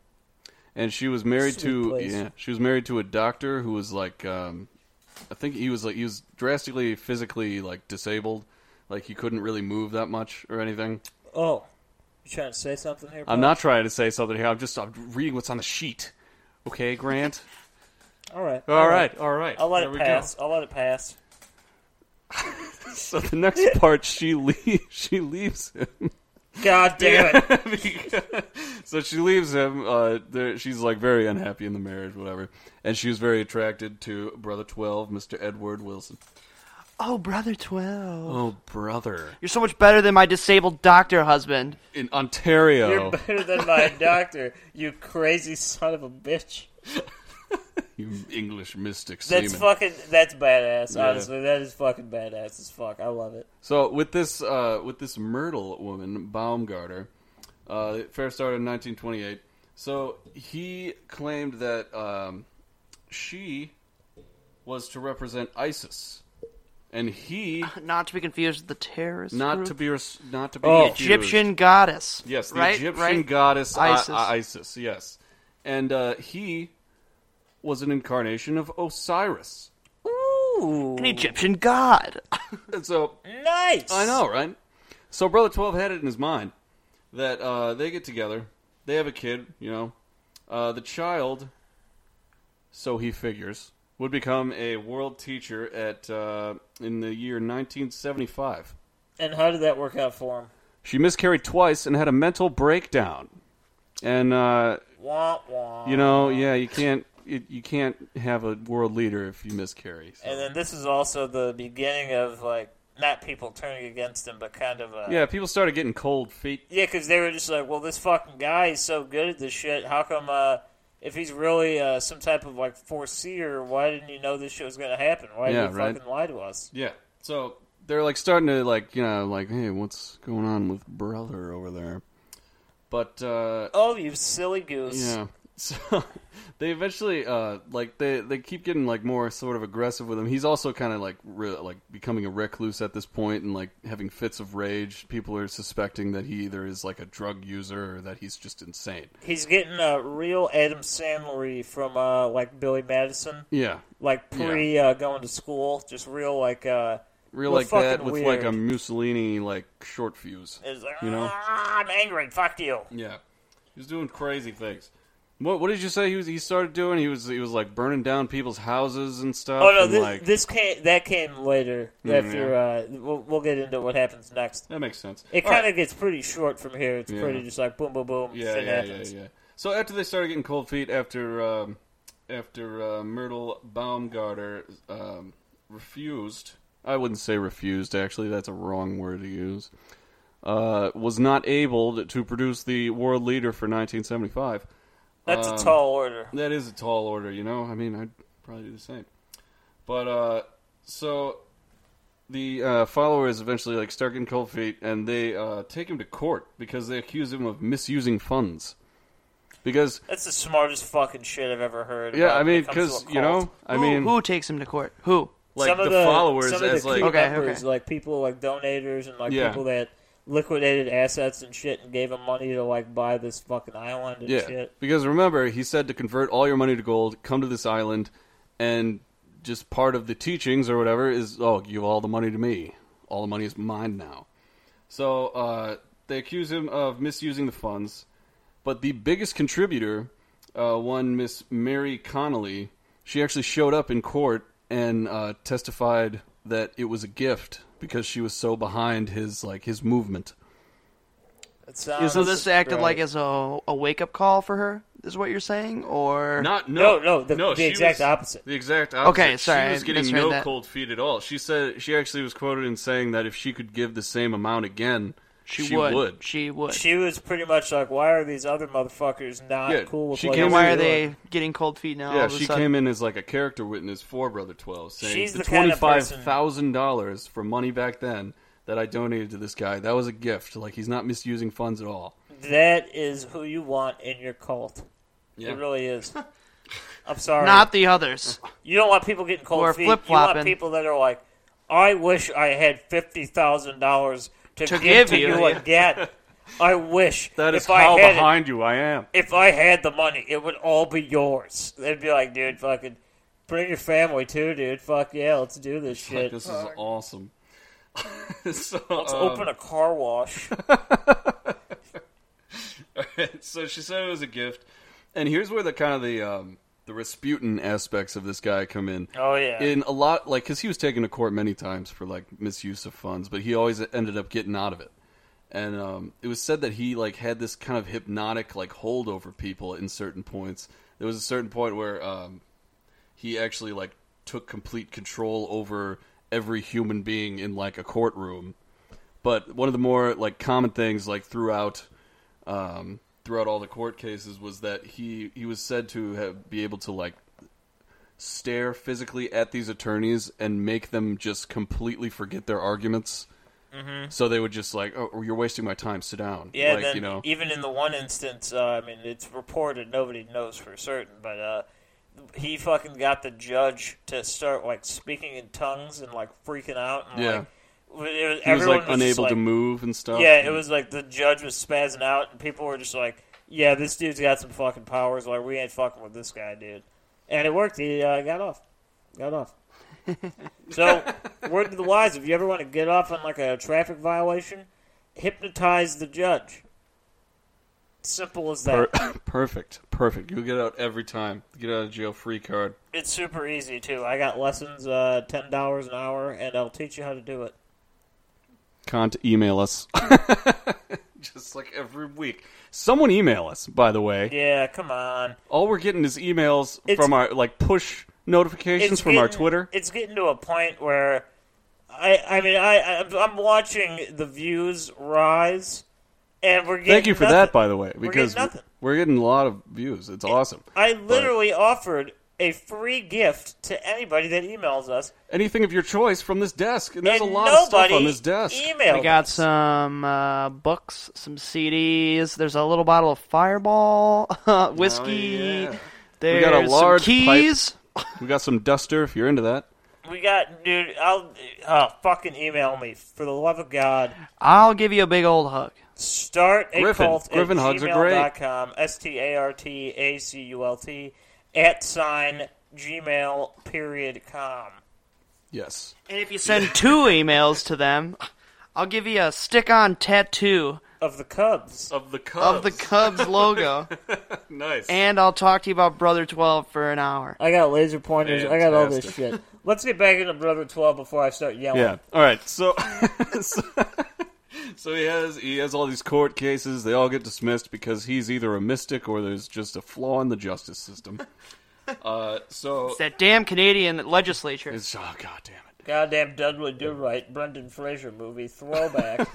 and she was married Sweet to place. yeah, she was married to a doctor who was like, um, I think he was like he was drastically physically like disabled, like he couldn't really move that much or anything. Oh, you trying to say something here? I'm bud? not trying to say something here. I'm just I'm reading what's on the sheet. Okay, Grant. (laughs) All right. All right, all right. I'll let There it we go. pass. I'll let it pass. So the next (laughs) part, she leaves. (laughs) She leaves him. God damn it. (laughs) so she leaves him. Uh, there, she's like very unhappy in the marriage, whatever. And she was very attracted to brother twelve, Mister Edward Wilson. Oh, brother 12. Oh, brother! You're so much better than my disabled doctor husband. In You're Ontario, better than my doctor, you crazy son of a bitch. you English mystic That's seaman. fucking. That's badass. Yeah. Honestly, that is fucking badass as fuck. I love it. So with this, uh, with this Myrtle woman, Baumgarter, uh, the affair started in 1928. So he claimed that um, she was to represent ISIS, and he Not to be confused with the terrorist. not group. to be res- not to be Oh. confused. Egyptian goddess. Yes, the right? Egyptian right? goddess I- Isis. I- Isis. Yes, and uh, he was an incarnation of Osiris. Ooh, An Egyptian god. And so nice. I know, right? So Brother Twelve had it in his mind that uh, they get together, they have a kid, you know. Uh, the child, so he figures, would become a world teacher at uh, in the year 1975. And how did that work out for him? She miscarried twice and had a mental breakdown, and uh, Wah wah. you know, yeah, you can't. You, you can't have a world leader if you miscarry. so. And then this is also the beginning of like not people turning against him, but kind of a Yeah, people started getting cold feet. Yeah, because they were just like, well, this fucking guy is so good at this shit. How come, uh, if he's really uh, some type of like foreseer, why didn't you know this shit was going to happen? Why Yeah, did you right. fucking lie to us? Yeah. So they're like starting to like you know like hey what's going on with brother over there, but uh, Oh, you silly goose. yeah. (laughs) So they eventually uh like they they keep getting like more sort of aggressive with him. He's also kind of like re- like becoming a recluse at this point and like having fits of rage. People are suspecting that he either is like a drug user or that he's just insane. He's getting a real Adam Sandler from uh, like Billy Madison, Yeah. like pre uh, going to school, just real like uh, Real like fucking that with weird. like a Mussolini like short fuse. It's like, you know? "Ah, I'm angry. Fuck you. Yeah, he was doing crazy things. What What did you say he was? He started doing. He was he was like burning down people's houses and stuff. Oh no, and, this, like, Mm, this came that came later. after uh, we'll, we'll get into what happens next. that makes sense. It All kind of right. gets pretty short from here. It's Yeah. pretty just like boom, boom, boom. yeah, shit yeah, yeah, happens. yeah. So after they started getting cold feet, after um, after uh, Myrtle Baumgarter um, refused, I wouldn't say refused. Actually, that's a wrong word to use. Uh, was not able to produce the world leader for 1975. That's Um, a tall order. That is a tall order, you know. I mean, I'd probably do the same. But uh, so the uh, followers eventually like start getting cold feet, and they uh, take him to court because they accuse him of misusing funds. Because That's the smartest fucking shit I've ever heard. yeah, about I when it mean, comes to because a you cult. know, I who, mean, who takes him to court? Who? like some the, of the followers some of as the like key Okay, members, okay. like people like donators and like Yeah. people that liquidated assets and shit and gave him money to like buy this fucking island and yeah. shit. Because remember, he said to convert all your money to gold, come to this island, and just part of the teachings or whatever is oh, give all the money to me. All the money is mine now. So uh, they accuse him of misusing the funds, but the biggest contributor, uh, one Miss Mary Connolly, she actually showed up in court and uh, testified that it was a gift because she was so behind his like his movement. It Uh, sounds So this acted right. like as a, a wake up call for her, is what you're saying? Or Not No, no, no, the- the she exact was- opposite. The exact opposite. Okay, sorry, She was I getting misread no that. cold feet at all. She said she actually was quoted in saying that if she could give the same amount again, she, would. would. She would. she was pretty much like, why are these other motherfuckers not Yeah, cool with she what came I'm and why are doing? they getting cold feet now? all yeah, of a she sudden? came in as like a character witness for Brother Twelve, saying She's the the kind twenty of five person- thousand dollars for money back then that I donated to this guy. That was a gift. Like he's not misusing funds at all. That is who you want in your cult. Yeah. It really (laughs) is. I'm sorry. Not the others. You don't want people getting cold Or feet. You flip-flopping. want people that are like, I wish I had fifty thousand dollars to give, to you, yeah. again. I wish That is if I how had it- behind you I am. if I had the money, it would all be yours. They'd be like, dude, fucking bring your family too, dude. Fuck yeah, let's do this shit. This is awesome. (laughs) so, let's um, open a car wash. (laughs) so she said it was a gift, and here's where the kind of the um, the Rasputin aspects of this guy come in. Oh, yeah. in a lot like because he was taken to court many times for like misuse of funds, but he always ended up getting out of it. And um, it was said that he like had this kind of hypnotic like hold over people in certain points. There was a certain point where um, he actually like took complete control over every human being in like a courtroom. But one of the more like common things like throughout um, throughout all the court cases was that he he was said to have, be able to like stare physically at these attorneys and make them just completely forget their arguments So they would just like, oh, you're wasting my time. Sit down. Mm-hmm. Yeah, like, then e-, you know, even in the one instance, uh, I mean, it's reported nobody knows for certain, but uh, he fucking got the judge to start like speaking in tongues and like freaking out. And, Yeah. like, it was, he was everyone like was just, unable to like- move and stuff. Yeah, it was like the judge was spazzing out, and people were just like, "Yeah, this dude's got some fucking powers. Like, we ain't fucking with this guy, dude." And it worked. He uh, got off. Got off. so, word to the wise: if you ever want to get off on like a traffic violation, hypnotize the judge. Simple as that. Per- (coughs) perfect, perfect. You get out every time. Get out of jail free card. (laughs) It's super easy too. I got lessons, uh, ten dollars an hour, and I'll teach you how to do it. Can't email (laughs) us. (laughs) just like every week. Someone email us, by the way. Yeah, come on. All we're getting is emails It's- from our like push notifications from our Twitter. It's getting to a point where I I mean I I'm, I'm watching the views rise, and we're getting Thank you for nothing. that, by the way, We're getting because nothing. we're getting a lot of views. It's awesome. I literally offered a free gift to anybody that emails us, Anything of your choice from this desk, and there's and a lot of nobody stuff on this desk. emailed. I got us. some uh, books, some CDs. There's a little bottle of Fireball (laughs) uh, whiskey. Oh, yeah. There's got a large some keys. We got some duster if you're into that. We got dude. I'll oh, fucking email me for the love of God. I'll give you a big old hug. Start a Griffin. cult Griffin at hugs are great. gmail.com, S T A R T A C U L T at sign gmail period com. Yes. And if you send (laughs) two emails to them, I'll give you a stick-on tattoo Of the Cubs. Of the Cubs. of the Cubs logo, nice. and I'll talk to you about Brother Twelve for an hour. I got laser pointers. I got all this shit. Let's get back into Brother 12 before I start yelling. Yeah. All right. So, (laughs) so, so he has he has all these court cases. They all get dismissed because he's either a mystic or there's just a flaw in the justice system. Uh, so It's that damn Canadian legislature. it's oh god damn it. Goddamn Dudley Do Right, Brendan Fraser (laughs) movie, throwback.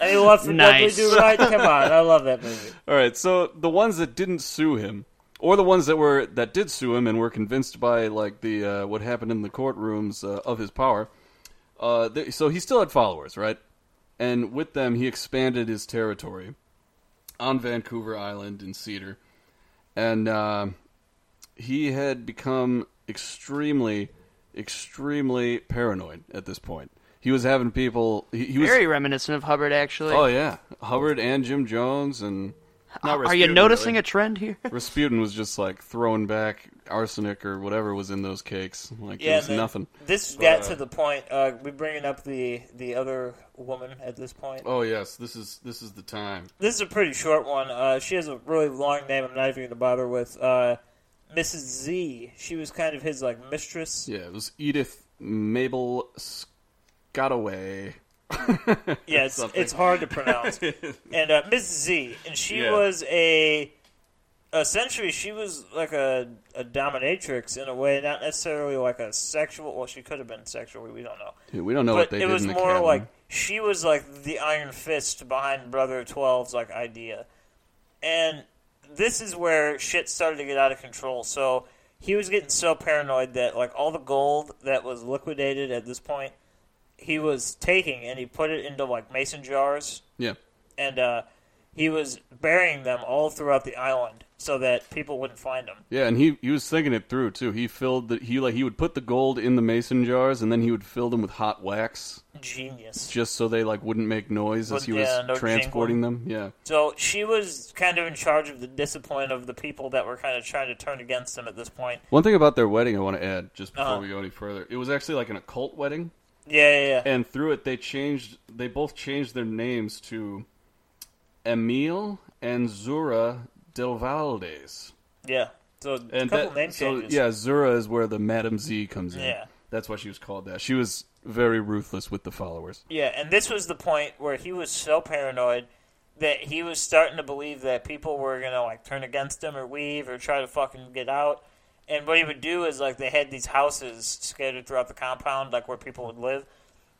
Any love for Nice. Dudley Do Right? Come on, I love that movie. All right. So the ones that didn't sue him, or the ones that were that did sue him and were convinced by like the uh, what happened in the courtrooms uh, of his power. Uh, they, so he still had followers, right? And with them, he expanded his territory on Vancouver Island in Cedar. and uh, he had become extremely, extremely paranoid at this point. He was having people. He, he was. Very reminiscent of Hubbard, actually. oh yeah, Hubbard and Jim Jones and. not Are you Rasputin, noticing really. a trend here? (laughs) Rasputin was just like throwing back arsenic or whatever was in those cakes. Like it was man. nothing. This got to the point. Uh, we bringing up the the other woman at this point. Oh yes, this is this is the time. This is a pretty short one. Uh, she has a really long name. I'm not even going to bother with. Uh, Mrs. Z. She was kind of his like mistress. Yeah, it was Edith Mabel Scottaway. Yeah, it's, something. (laughs) it's hard to pronounce. and uh, Miss Z, and she Yeah. was a essentially she was like a, a dominatrix in a way, not necessarily like a sexual. Well, she could have been sexual. We don't know. Yeah, we don't know what but they it did was in the more cabin. like she was like the Iron Fist behind Brother 12's like idea, and this is where shit started to get out of control. So he was getting so paranoid that like all the gold that was liquidated at this point, he was taking and he put it into like mason jars yeah. and uh, he was burying them all throughout the island so that people wouldn't find them. Yeah, and he, he was thinking it through too. He filled the he like he would put the gold in the mason jars and then he would fill them with hot wax Genius. just so they like wouldn't make noise as But, he yeah, was no transporting them. Yeah. So she was kind of in charge of the discipline of the people that were kind of trying to turn against him at this point. One thing about their wedding I want to add just before Uh-huh. we go any further. It was actually like an occult wedding Yeah, yeah, yeah. and through it they changed they both changed their names to Emil and Zura Del Valdes. yeah. So a And couple that, name so changes. yeah, Zura is where the Madam Z comes in. Yeah. That's why she was called that. She was very ruthless with the followers. Yeah, and this was the point where he was so paranoid that he was starting to believe that people were gonna like turn against him or leave or try to fucking get out. And what he would do is like they had these houses scattered throughout the compound, like where people would live.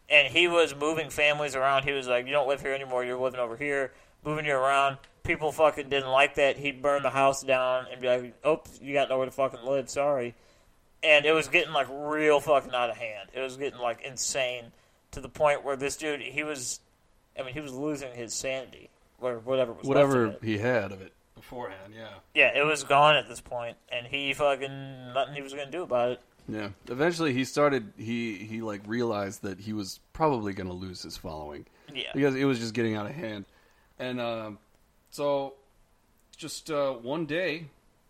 And he was moving families around. He was like, "You don't live here anymore. You're living over here." Moving you around. People fucking didn't like that. He'd burn the house down and be like, "Oh, you got nowhere to fucking live. Sorry." and it was getting like real fucking out of hand. It was getting like insane. to the point where this dude he was, I mean, he was losing his sanity or whatever was left of Whatever it. he had of it beforehand, yeah. Yeah, it was gone at this point, and he fucking nothing he was gonna do about it. Yeah. Eventually he started he he like realized that he was probably going to lose his following. Yeah. Because it was just getting out of hand. And um so just uh one day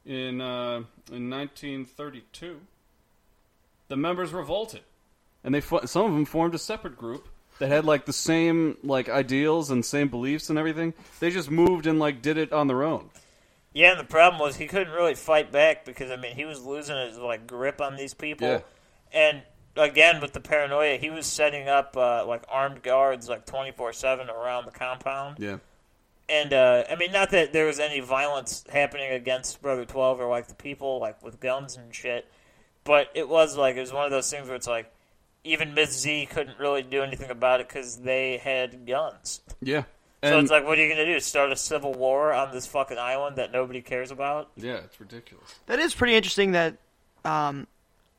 in uh in 1932 the members revolted. And they fo- some of them formed a separate group that had like the same like ideals and same beliefs and everything. They just moved and like did it on their own. Yeah, and the problem was he couldn't really fight back because I mean he was losing his like grip on these people, Yeah. and again with the paranoia, he was setting up uh, like armed guards like twenty four seven around the compound. Yeah. And uh, I mean, not that there was any violence happening against Brother Twelve or like the people like with guns and shit, but it was like it was one of those things where it's like even Miss Z couldn't really do anything about it because they had guns. Yeah. So it's like, what are you gonna do? Start a civil war on this fucking island that nobody cares about? yeah, it's ridiculous. That is pretty interesting that, um,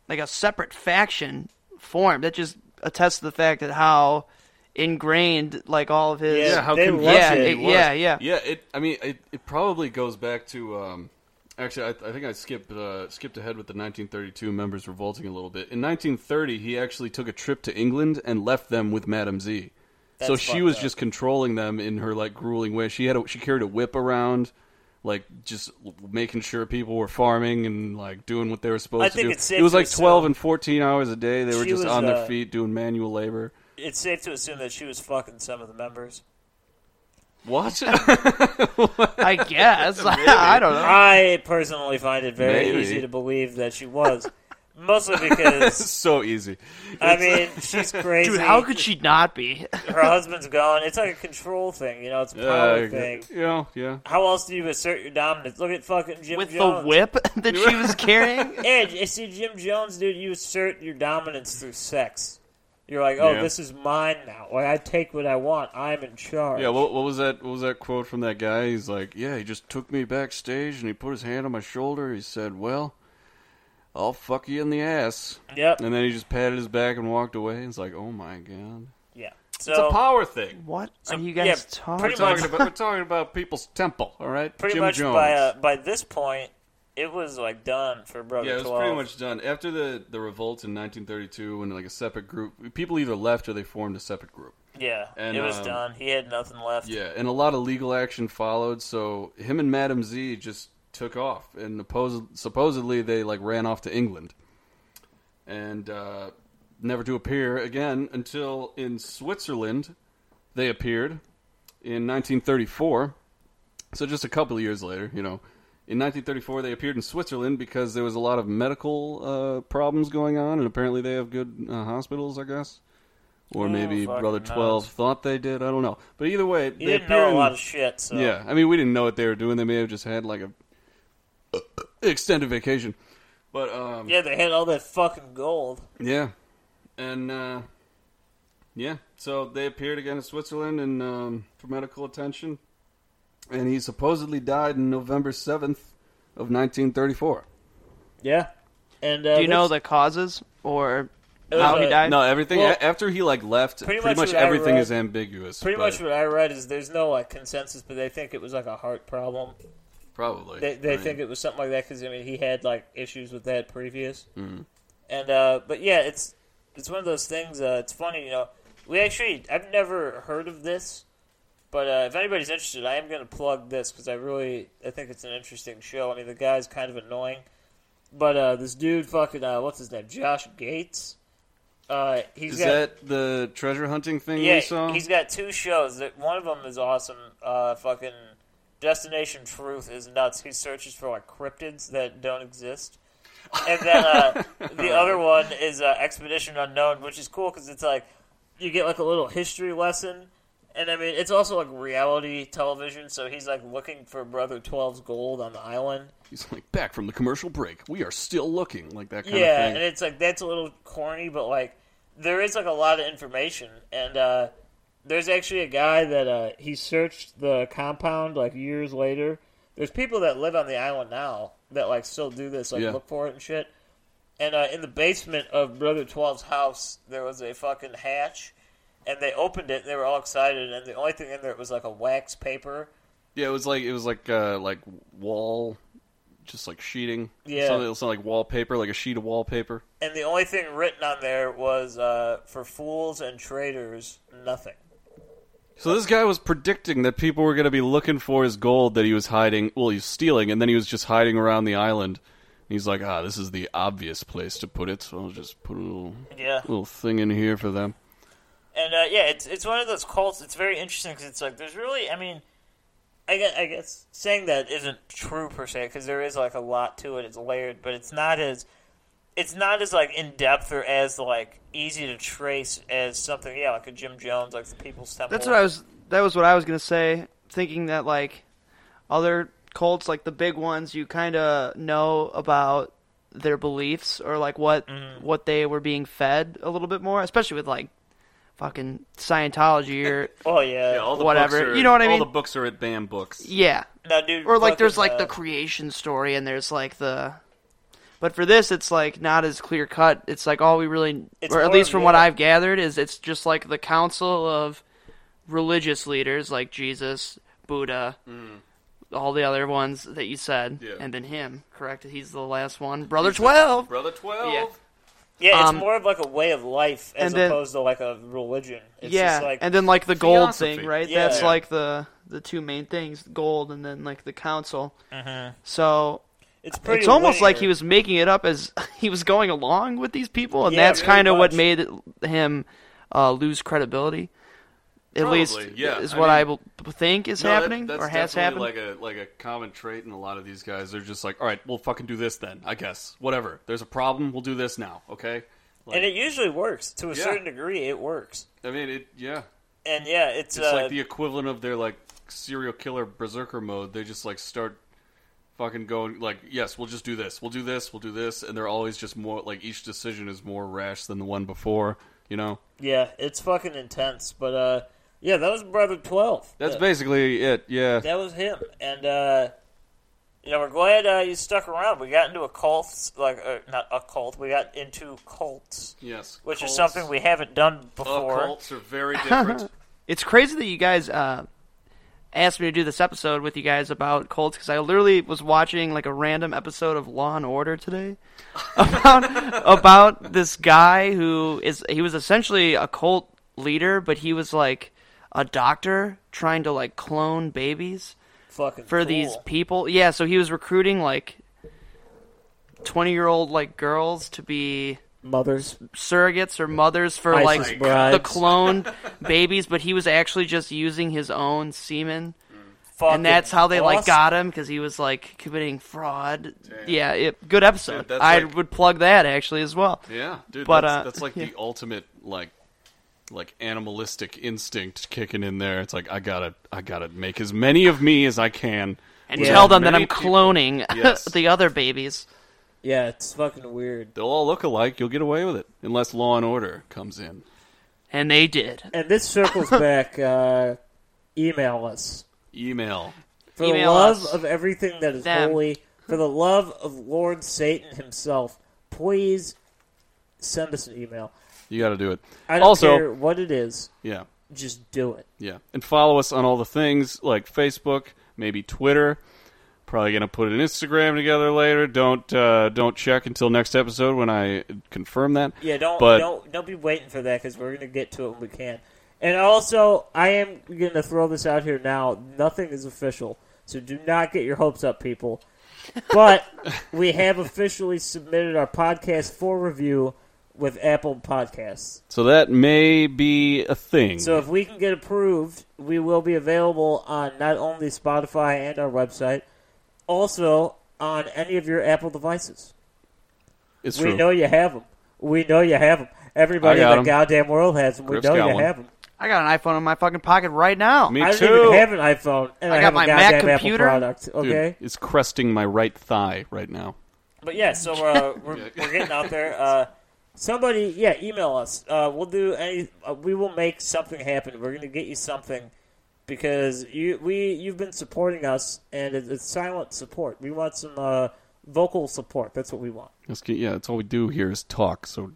like a separate faction formed. That just attests to the fact that how ingrained like all of his. Yeah, Yeah, how they convenient love it. it was. Yeah, yeah. yeah. It. I mean, it, it probably goes back to. Um, actually, I, I think I skipped uh, skipped ahead with the 1932 members revolting a little bit. In 1930, he actually took a trip to England and left them with Madam Z. so That's she fucked was up. just controlling them in her like grueling way. She had a, she carried a whip around. Like just making sure people were farming and like doing what they were supposed I to think do. it's safe it was to like twelve assume- and fourteen hours a day. They were She just was, on their uh, feet doing manual labor. It's safe to assume that she was fucking some of the members. What? I guess. (laughs) I don't know. I personally find it very Maybe. easy to believe that she was, mostly (laughs) because (laughs) so easy. I mean she's crazy. Dude, how could she not be? (laughs) her husband's gone. It's like a control thing, you know. It's a power Uh, thing. you know, yeah. How else do you assert your dominance? Look at fucking Jim With the Jones. whip (laughs) that she was carrying? Edge, you see Jim Jones, dude. You assert your dominance through sex. You're like, oh, Yeah. this is mine now. Like, I take what I want. I'm in charge. Yeah, what, what was that? What was that quote from that guy? He's like, "Yeah, he just took me backstage and he put his hand on my shoulder. He said, "Well, I'll fuck you in the ass." Yep. And then he just patted his back and walked away. It's like, "Oh my god." yeah. So It's a power thing. What are you yeah, guys talking pretty We're about? talking about we're talking about people's temple, all right? pretty Jim much Jones. by uh, by this point, it was like done for Brother yeah, it was 12. pretty much done after the the revolt in 1932 when like a separate group people either left or they formed a separate group. yeah, and, it was um, done. He had nothing left. Yeah, and a lot of legal action followed. So him and Madam Z just took off, and oppos- supposedly they like ran off to England, and uh, never to appear again until in Switzerland they appeared in 1934. So just a couple of years later, you know. In 1934, they appeared in Switzerland because there was a lot of medical uh, problems going on, and apparently they have good uh, hospitals, I guess, or maybe fucking Brother knows. Twelve thought they did. I don't know, but either way, He they didn't appear know a in- lot of shit. So yeah, I mean, we didn't know what they were doing. They may have just had like a extended vacation, but um, yeah, Yeah, they had all that fucking gold. and uh, yeah, so they appeared again in Switzerland and um, for medical attention, and he supposedly died on November seventh of nineteen thirty four. Yeah. And uh, Do you know this- the causes or was how he a- died? No, everything Well, a- after he like left, pretty, much much, what I everything read- is ambiguous. pretty but much what I read is there's no like consensus, but they think it was like a heart problem. probably They, they I mean, think it was something like that because I mean he had like issues with that previous. Mm-hmm. And uh, but yeah, it's it's one of those things. Uh, it's funny, you know. We actually I've never heard of this, but uh, if anybody's interested, I am going to plug this because I really I think it's an interesting show. I mean the guy's kind of annoying, but uh, this dude fucking uh, what's his name Josh Gates. Uh, he's is got, that the treasure hunting thing yeah, we saw? he's got two shows. That one of them is awesome. Uh, fucking Destination Truth is nuts. He searches for like cryptids that don't exist, and then uh, the other one is uh, Expedition Unknown, which is cool because it's like you get like a little history lesson, and I mean it's also like reality television. So he's like looking for Brother 12's gold on the island. He's like back from the commercial break. We are still looking like that kind yeah, of and thing. it's like that's a little corny, but like there is like a lot of information, and uh, there's actually a guy that uh, he searched the compound like years later. There's people that live on the island now that like still do this, like Yeah. look for it and shit. And uh, in the basement of Brother 12's house, there was a fucking hatch, and they opened it and they were all excited and the only thing in there was like a wax paper. Yeah, it was like it was like uh, like wall, just like sheeting. Yeah. something, something like wallpaper, like a sheet of wallpaper. And the only thing written on there was uh, for fools and traitors, nothing. So this guy was predicting that people were going to be looking for his gold that he was hiding. Well, he was stealing, and then he was just hiding around the island. And he's like, ah, this is the obvious place to put it. So I'll just put a little Yeah. little thing in here for them. And uh, yeah, it's it's one of those cults. It's very interesting because it's like there's really, I mean, I guess, I guess saying that isn't true per se because there is like a lot to it. It's layered, but it's not as it's not as like in depth or as like easy to trace as something. Yeah, like a Jim Jones, like the People's Temple. That's what I was. That was what I was gonna say. Thinking that like other cults, like the big ones, you kind of know about their beliefs or like what what they were being fed a little bit more, especially with like fucking Scientology or Oh yeah. all the Whatever. books are- You know what I all mean? the books are at BAM Books. yeah, no, dude. or like there's fucking, like uh, the creation story and there's like the. But for this, it's like not as clear cut. It's like all we really, It's or at more least of, from what yeah. I've gathered, is it's just like the council of religious leaders like Jesus, Buddha, Mm. all the other ones that you said, Yeah. and then him. Correct? He's the last one. Brother Twelve. Brother Twelve. Yeah. uh, yeah, it's um, more of like a way of life as and then- opposed to like a religion. It's yeah, just like, and then like the gold Theosophy. thing, right? Yeah. That's Yeah. like the the two main things: gold, and then like the council. So it's pretty. it's almost like linear. he was making it up as (laughs) he was going along with these people, and Yeah, that's pretty kind of what much. made it- him uh, lose credibility. At least, Probably, yeah. is I what mean- I, bel- think is happening or has happened. Like a like a common trait in a lot of these guys. They're just like, all right, we'll fucking do this then. I guess whatever. There's a problem. We'll do this now. Okay. Like, and it usually works to a Yeah. certain degree. It works. I mean, it. Yeah. And yeah, it's, It's uh, like the equivalent of their like serial killer berserker mode. They just like start fucking going like, yes, we'll just do this, we'll do this, we'll do this, and they're always just more like each decision is more rash than the one before. You know, Yeah, it's fucking intense. But uh, yeah, that was Brother Twelve. that's Uh, basically it. Yeah, that was him, and uh, you know we're glad uh, you stuck around. We got into a cult, like uh, not a cult. We got into cults, yes, which Cults. is something we haven't done before. Occults are very different. (laughs) it's crazy that you guys uh, asked me to do this episode with you guys about cults because I literally was watching like a random episode of Law and Order today about about this guy who is he was essentially a cult leader, but he was like a doctor trying to like clone babies Fucking for cool. these people. Yeah, so he was recruiting like twenty year old like girls to be mothers. surrogates or mothers for Isis like brides. the cloned (laughs) babies, but he was actually just using his own semen, Fucking and that's how they like awesome. got him because he was like committing fraud. Yeah, it, good episode. Dude, that's I like- would plug that actually as well. Yeah, dude, But, that's, uh, that's (laughs) like the ultimate like like animalistic instinct kicking in there. It's like I gotta I gotta make as many of me as I can. And with tell as them that many I'm people- cloning (laughs) Yes. the other babies. Yeah, it's fucking weird. They'll all look alike. You'll get away with it unless Law and Order comes in. And they did. And this circles (laughs) back. Uh, email us Email. for Email the love us. of everything that is Them. holy, for the love of Lord Satan himself. Please send us an email. You got to do it. I don't also, care what it is, yeah, just do it. yeah, and follow us on all the things like Facebook, maybe Twitter. Probably gonna put an Instagram together later. Don't uh, don't check until next episode when I confirm that. Yeah, don't But don't don't be waiting for that because we're gonna get to it when we can. And also, I am gonna throw this out here now. Nothing is official, so do not get your hopes up, (laughs) people. But we have officially submitted our podcast for review with Apple Podcasts. so that may be a thing. So if we can get approved, we will be available on not only Spotify and our website, also on any of your Apple devices. it's we true. know you have them. We know you have them. Everybody I in got the 'em. goddamn world has them. We Griff's know got you one. have them. I got an iPhone in my fucking pocket right now. Me I too. don't even have an iPhone, and I I, got have my a goddamn Mac Apple computer. product. Dude, Okay, it's cresting my right thigh right now. but yeah, so uh, we're we're getting out there. Uh, somebody, yeah, email us. Uh, we'll do any. Uh, we will make something happen. We're gonna get you something because you we you've been supporting us, and it, it's silent support. We want some uh, vocal support. That's what we want. Let's get- yeah, that's all we do here is talk. So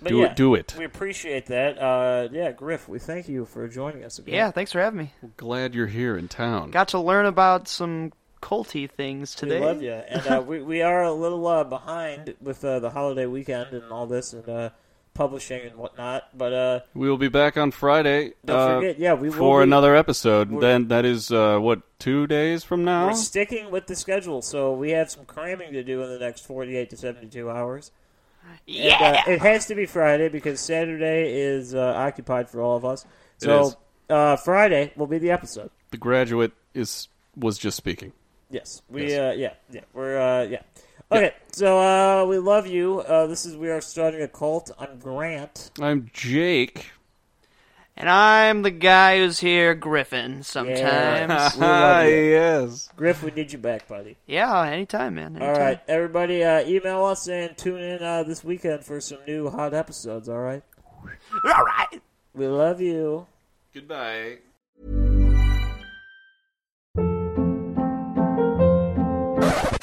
But Do yeah, it- do it. We appreciate that. Uh, yeah, Griff, we thank you for joining us again. Yeah, thanks for having me. Glad you're here in town. Got to learn about some culty things We today. love you, and uh, we we are a little uh, behind with uh, the holiday weekend and all this and uh, publishing and whatnot. But uh, We will be back on Friday. Don't uh, forget, yeah, we will for be- another episode. We're- Then that is uh, what two days from now. we're sticking with the schedule, so we have some cramming to do in the next forty-eight to seventy-two hours. And, Yeah. uh, it has to be Friday because Saturday is uh, occupied for all of us. So is. Uh, Friday will be the episode. The graduate is was just speaking. Yes, we. Uh, yeah, yeah, we're. Uh, yeah. Okay, so uh, we love you. Uh, this is we are starting a cult. I'm Grant. I'm Jake. And I'm the guy who's here, (laughs) Griffin, sometimes. We love you. yes. Griff, we need you back, buddy. yeah, anytime, man. Anytime. All right, everybody, uh, email us and tune in uh, this weekend for some new hot episodes. All right, All right. we love you. Goodbye.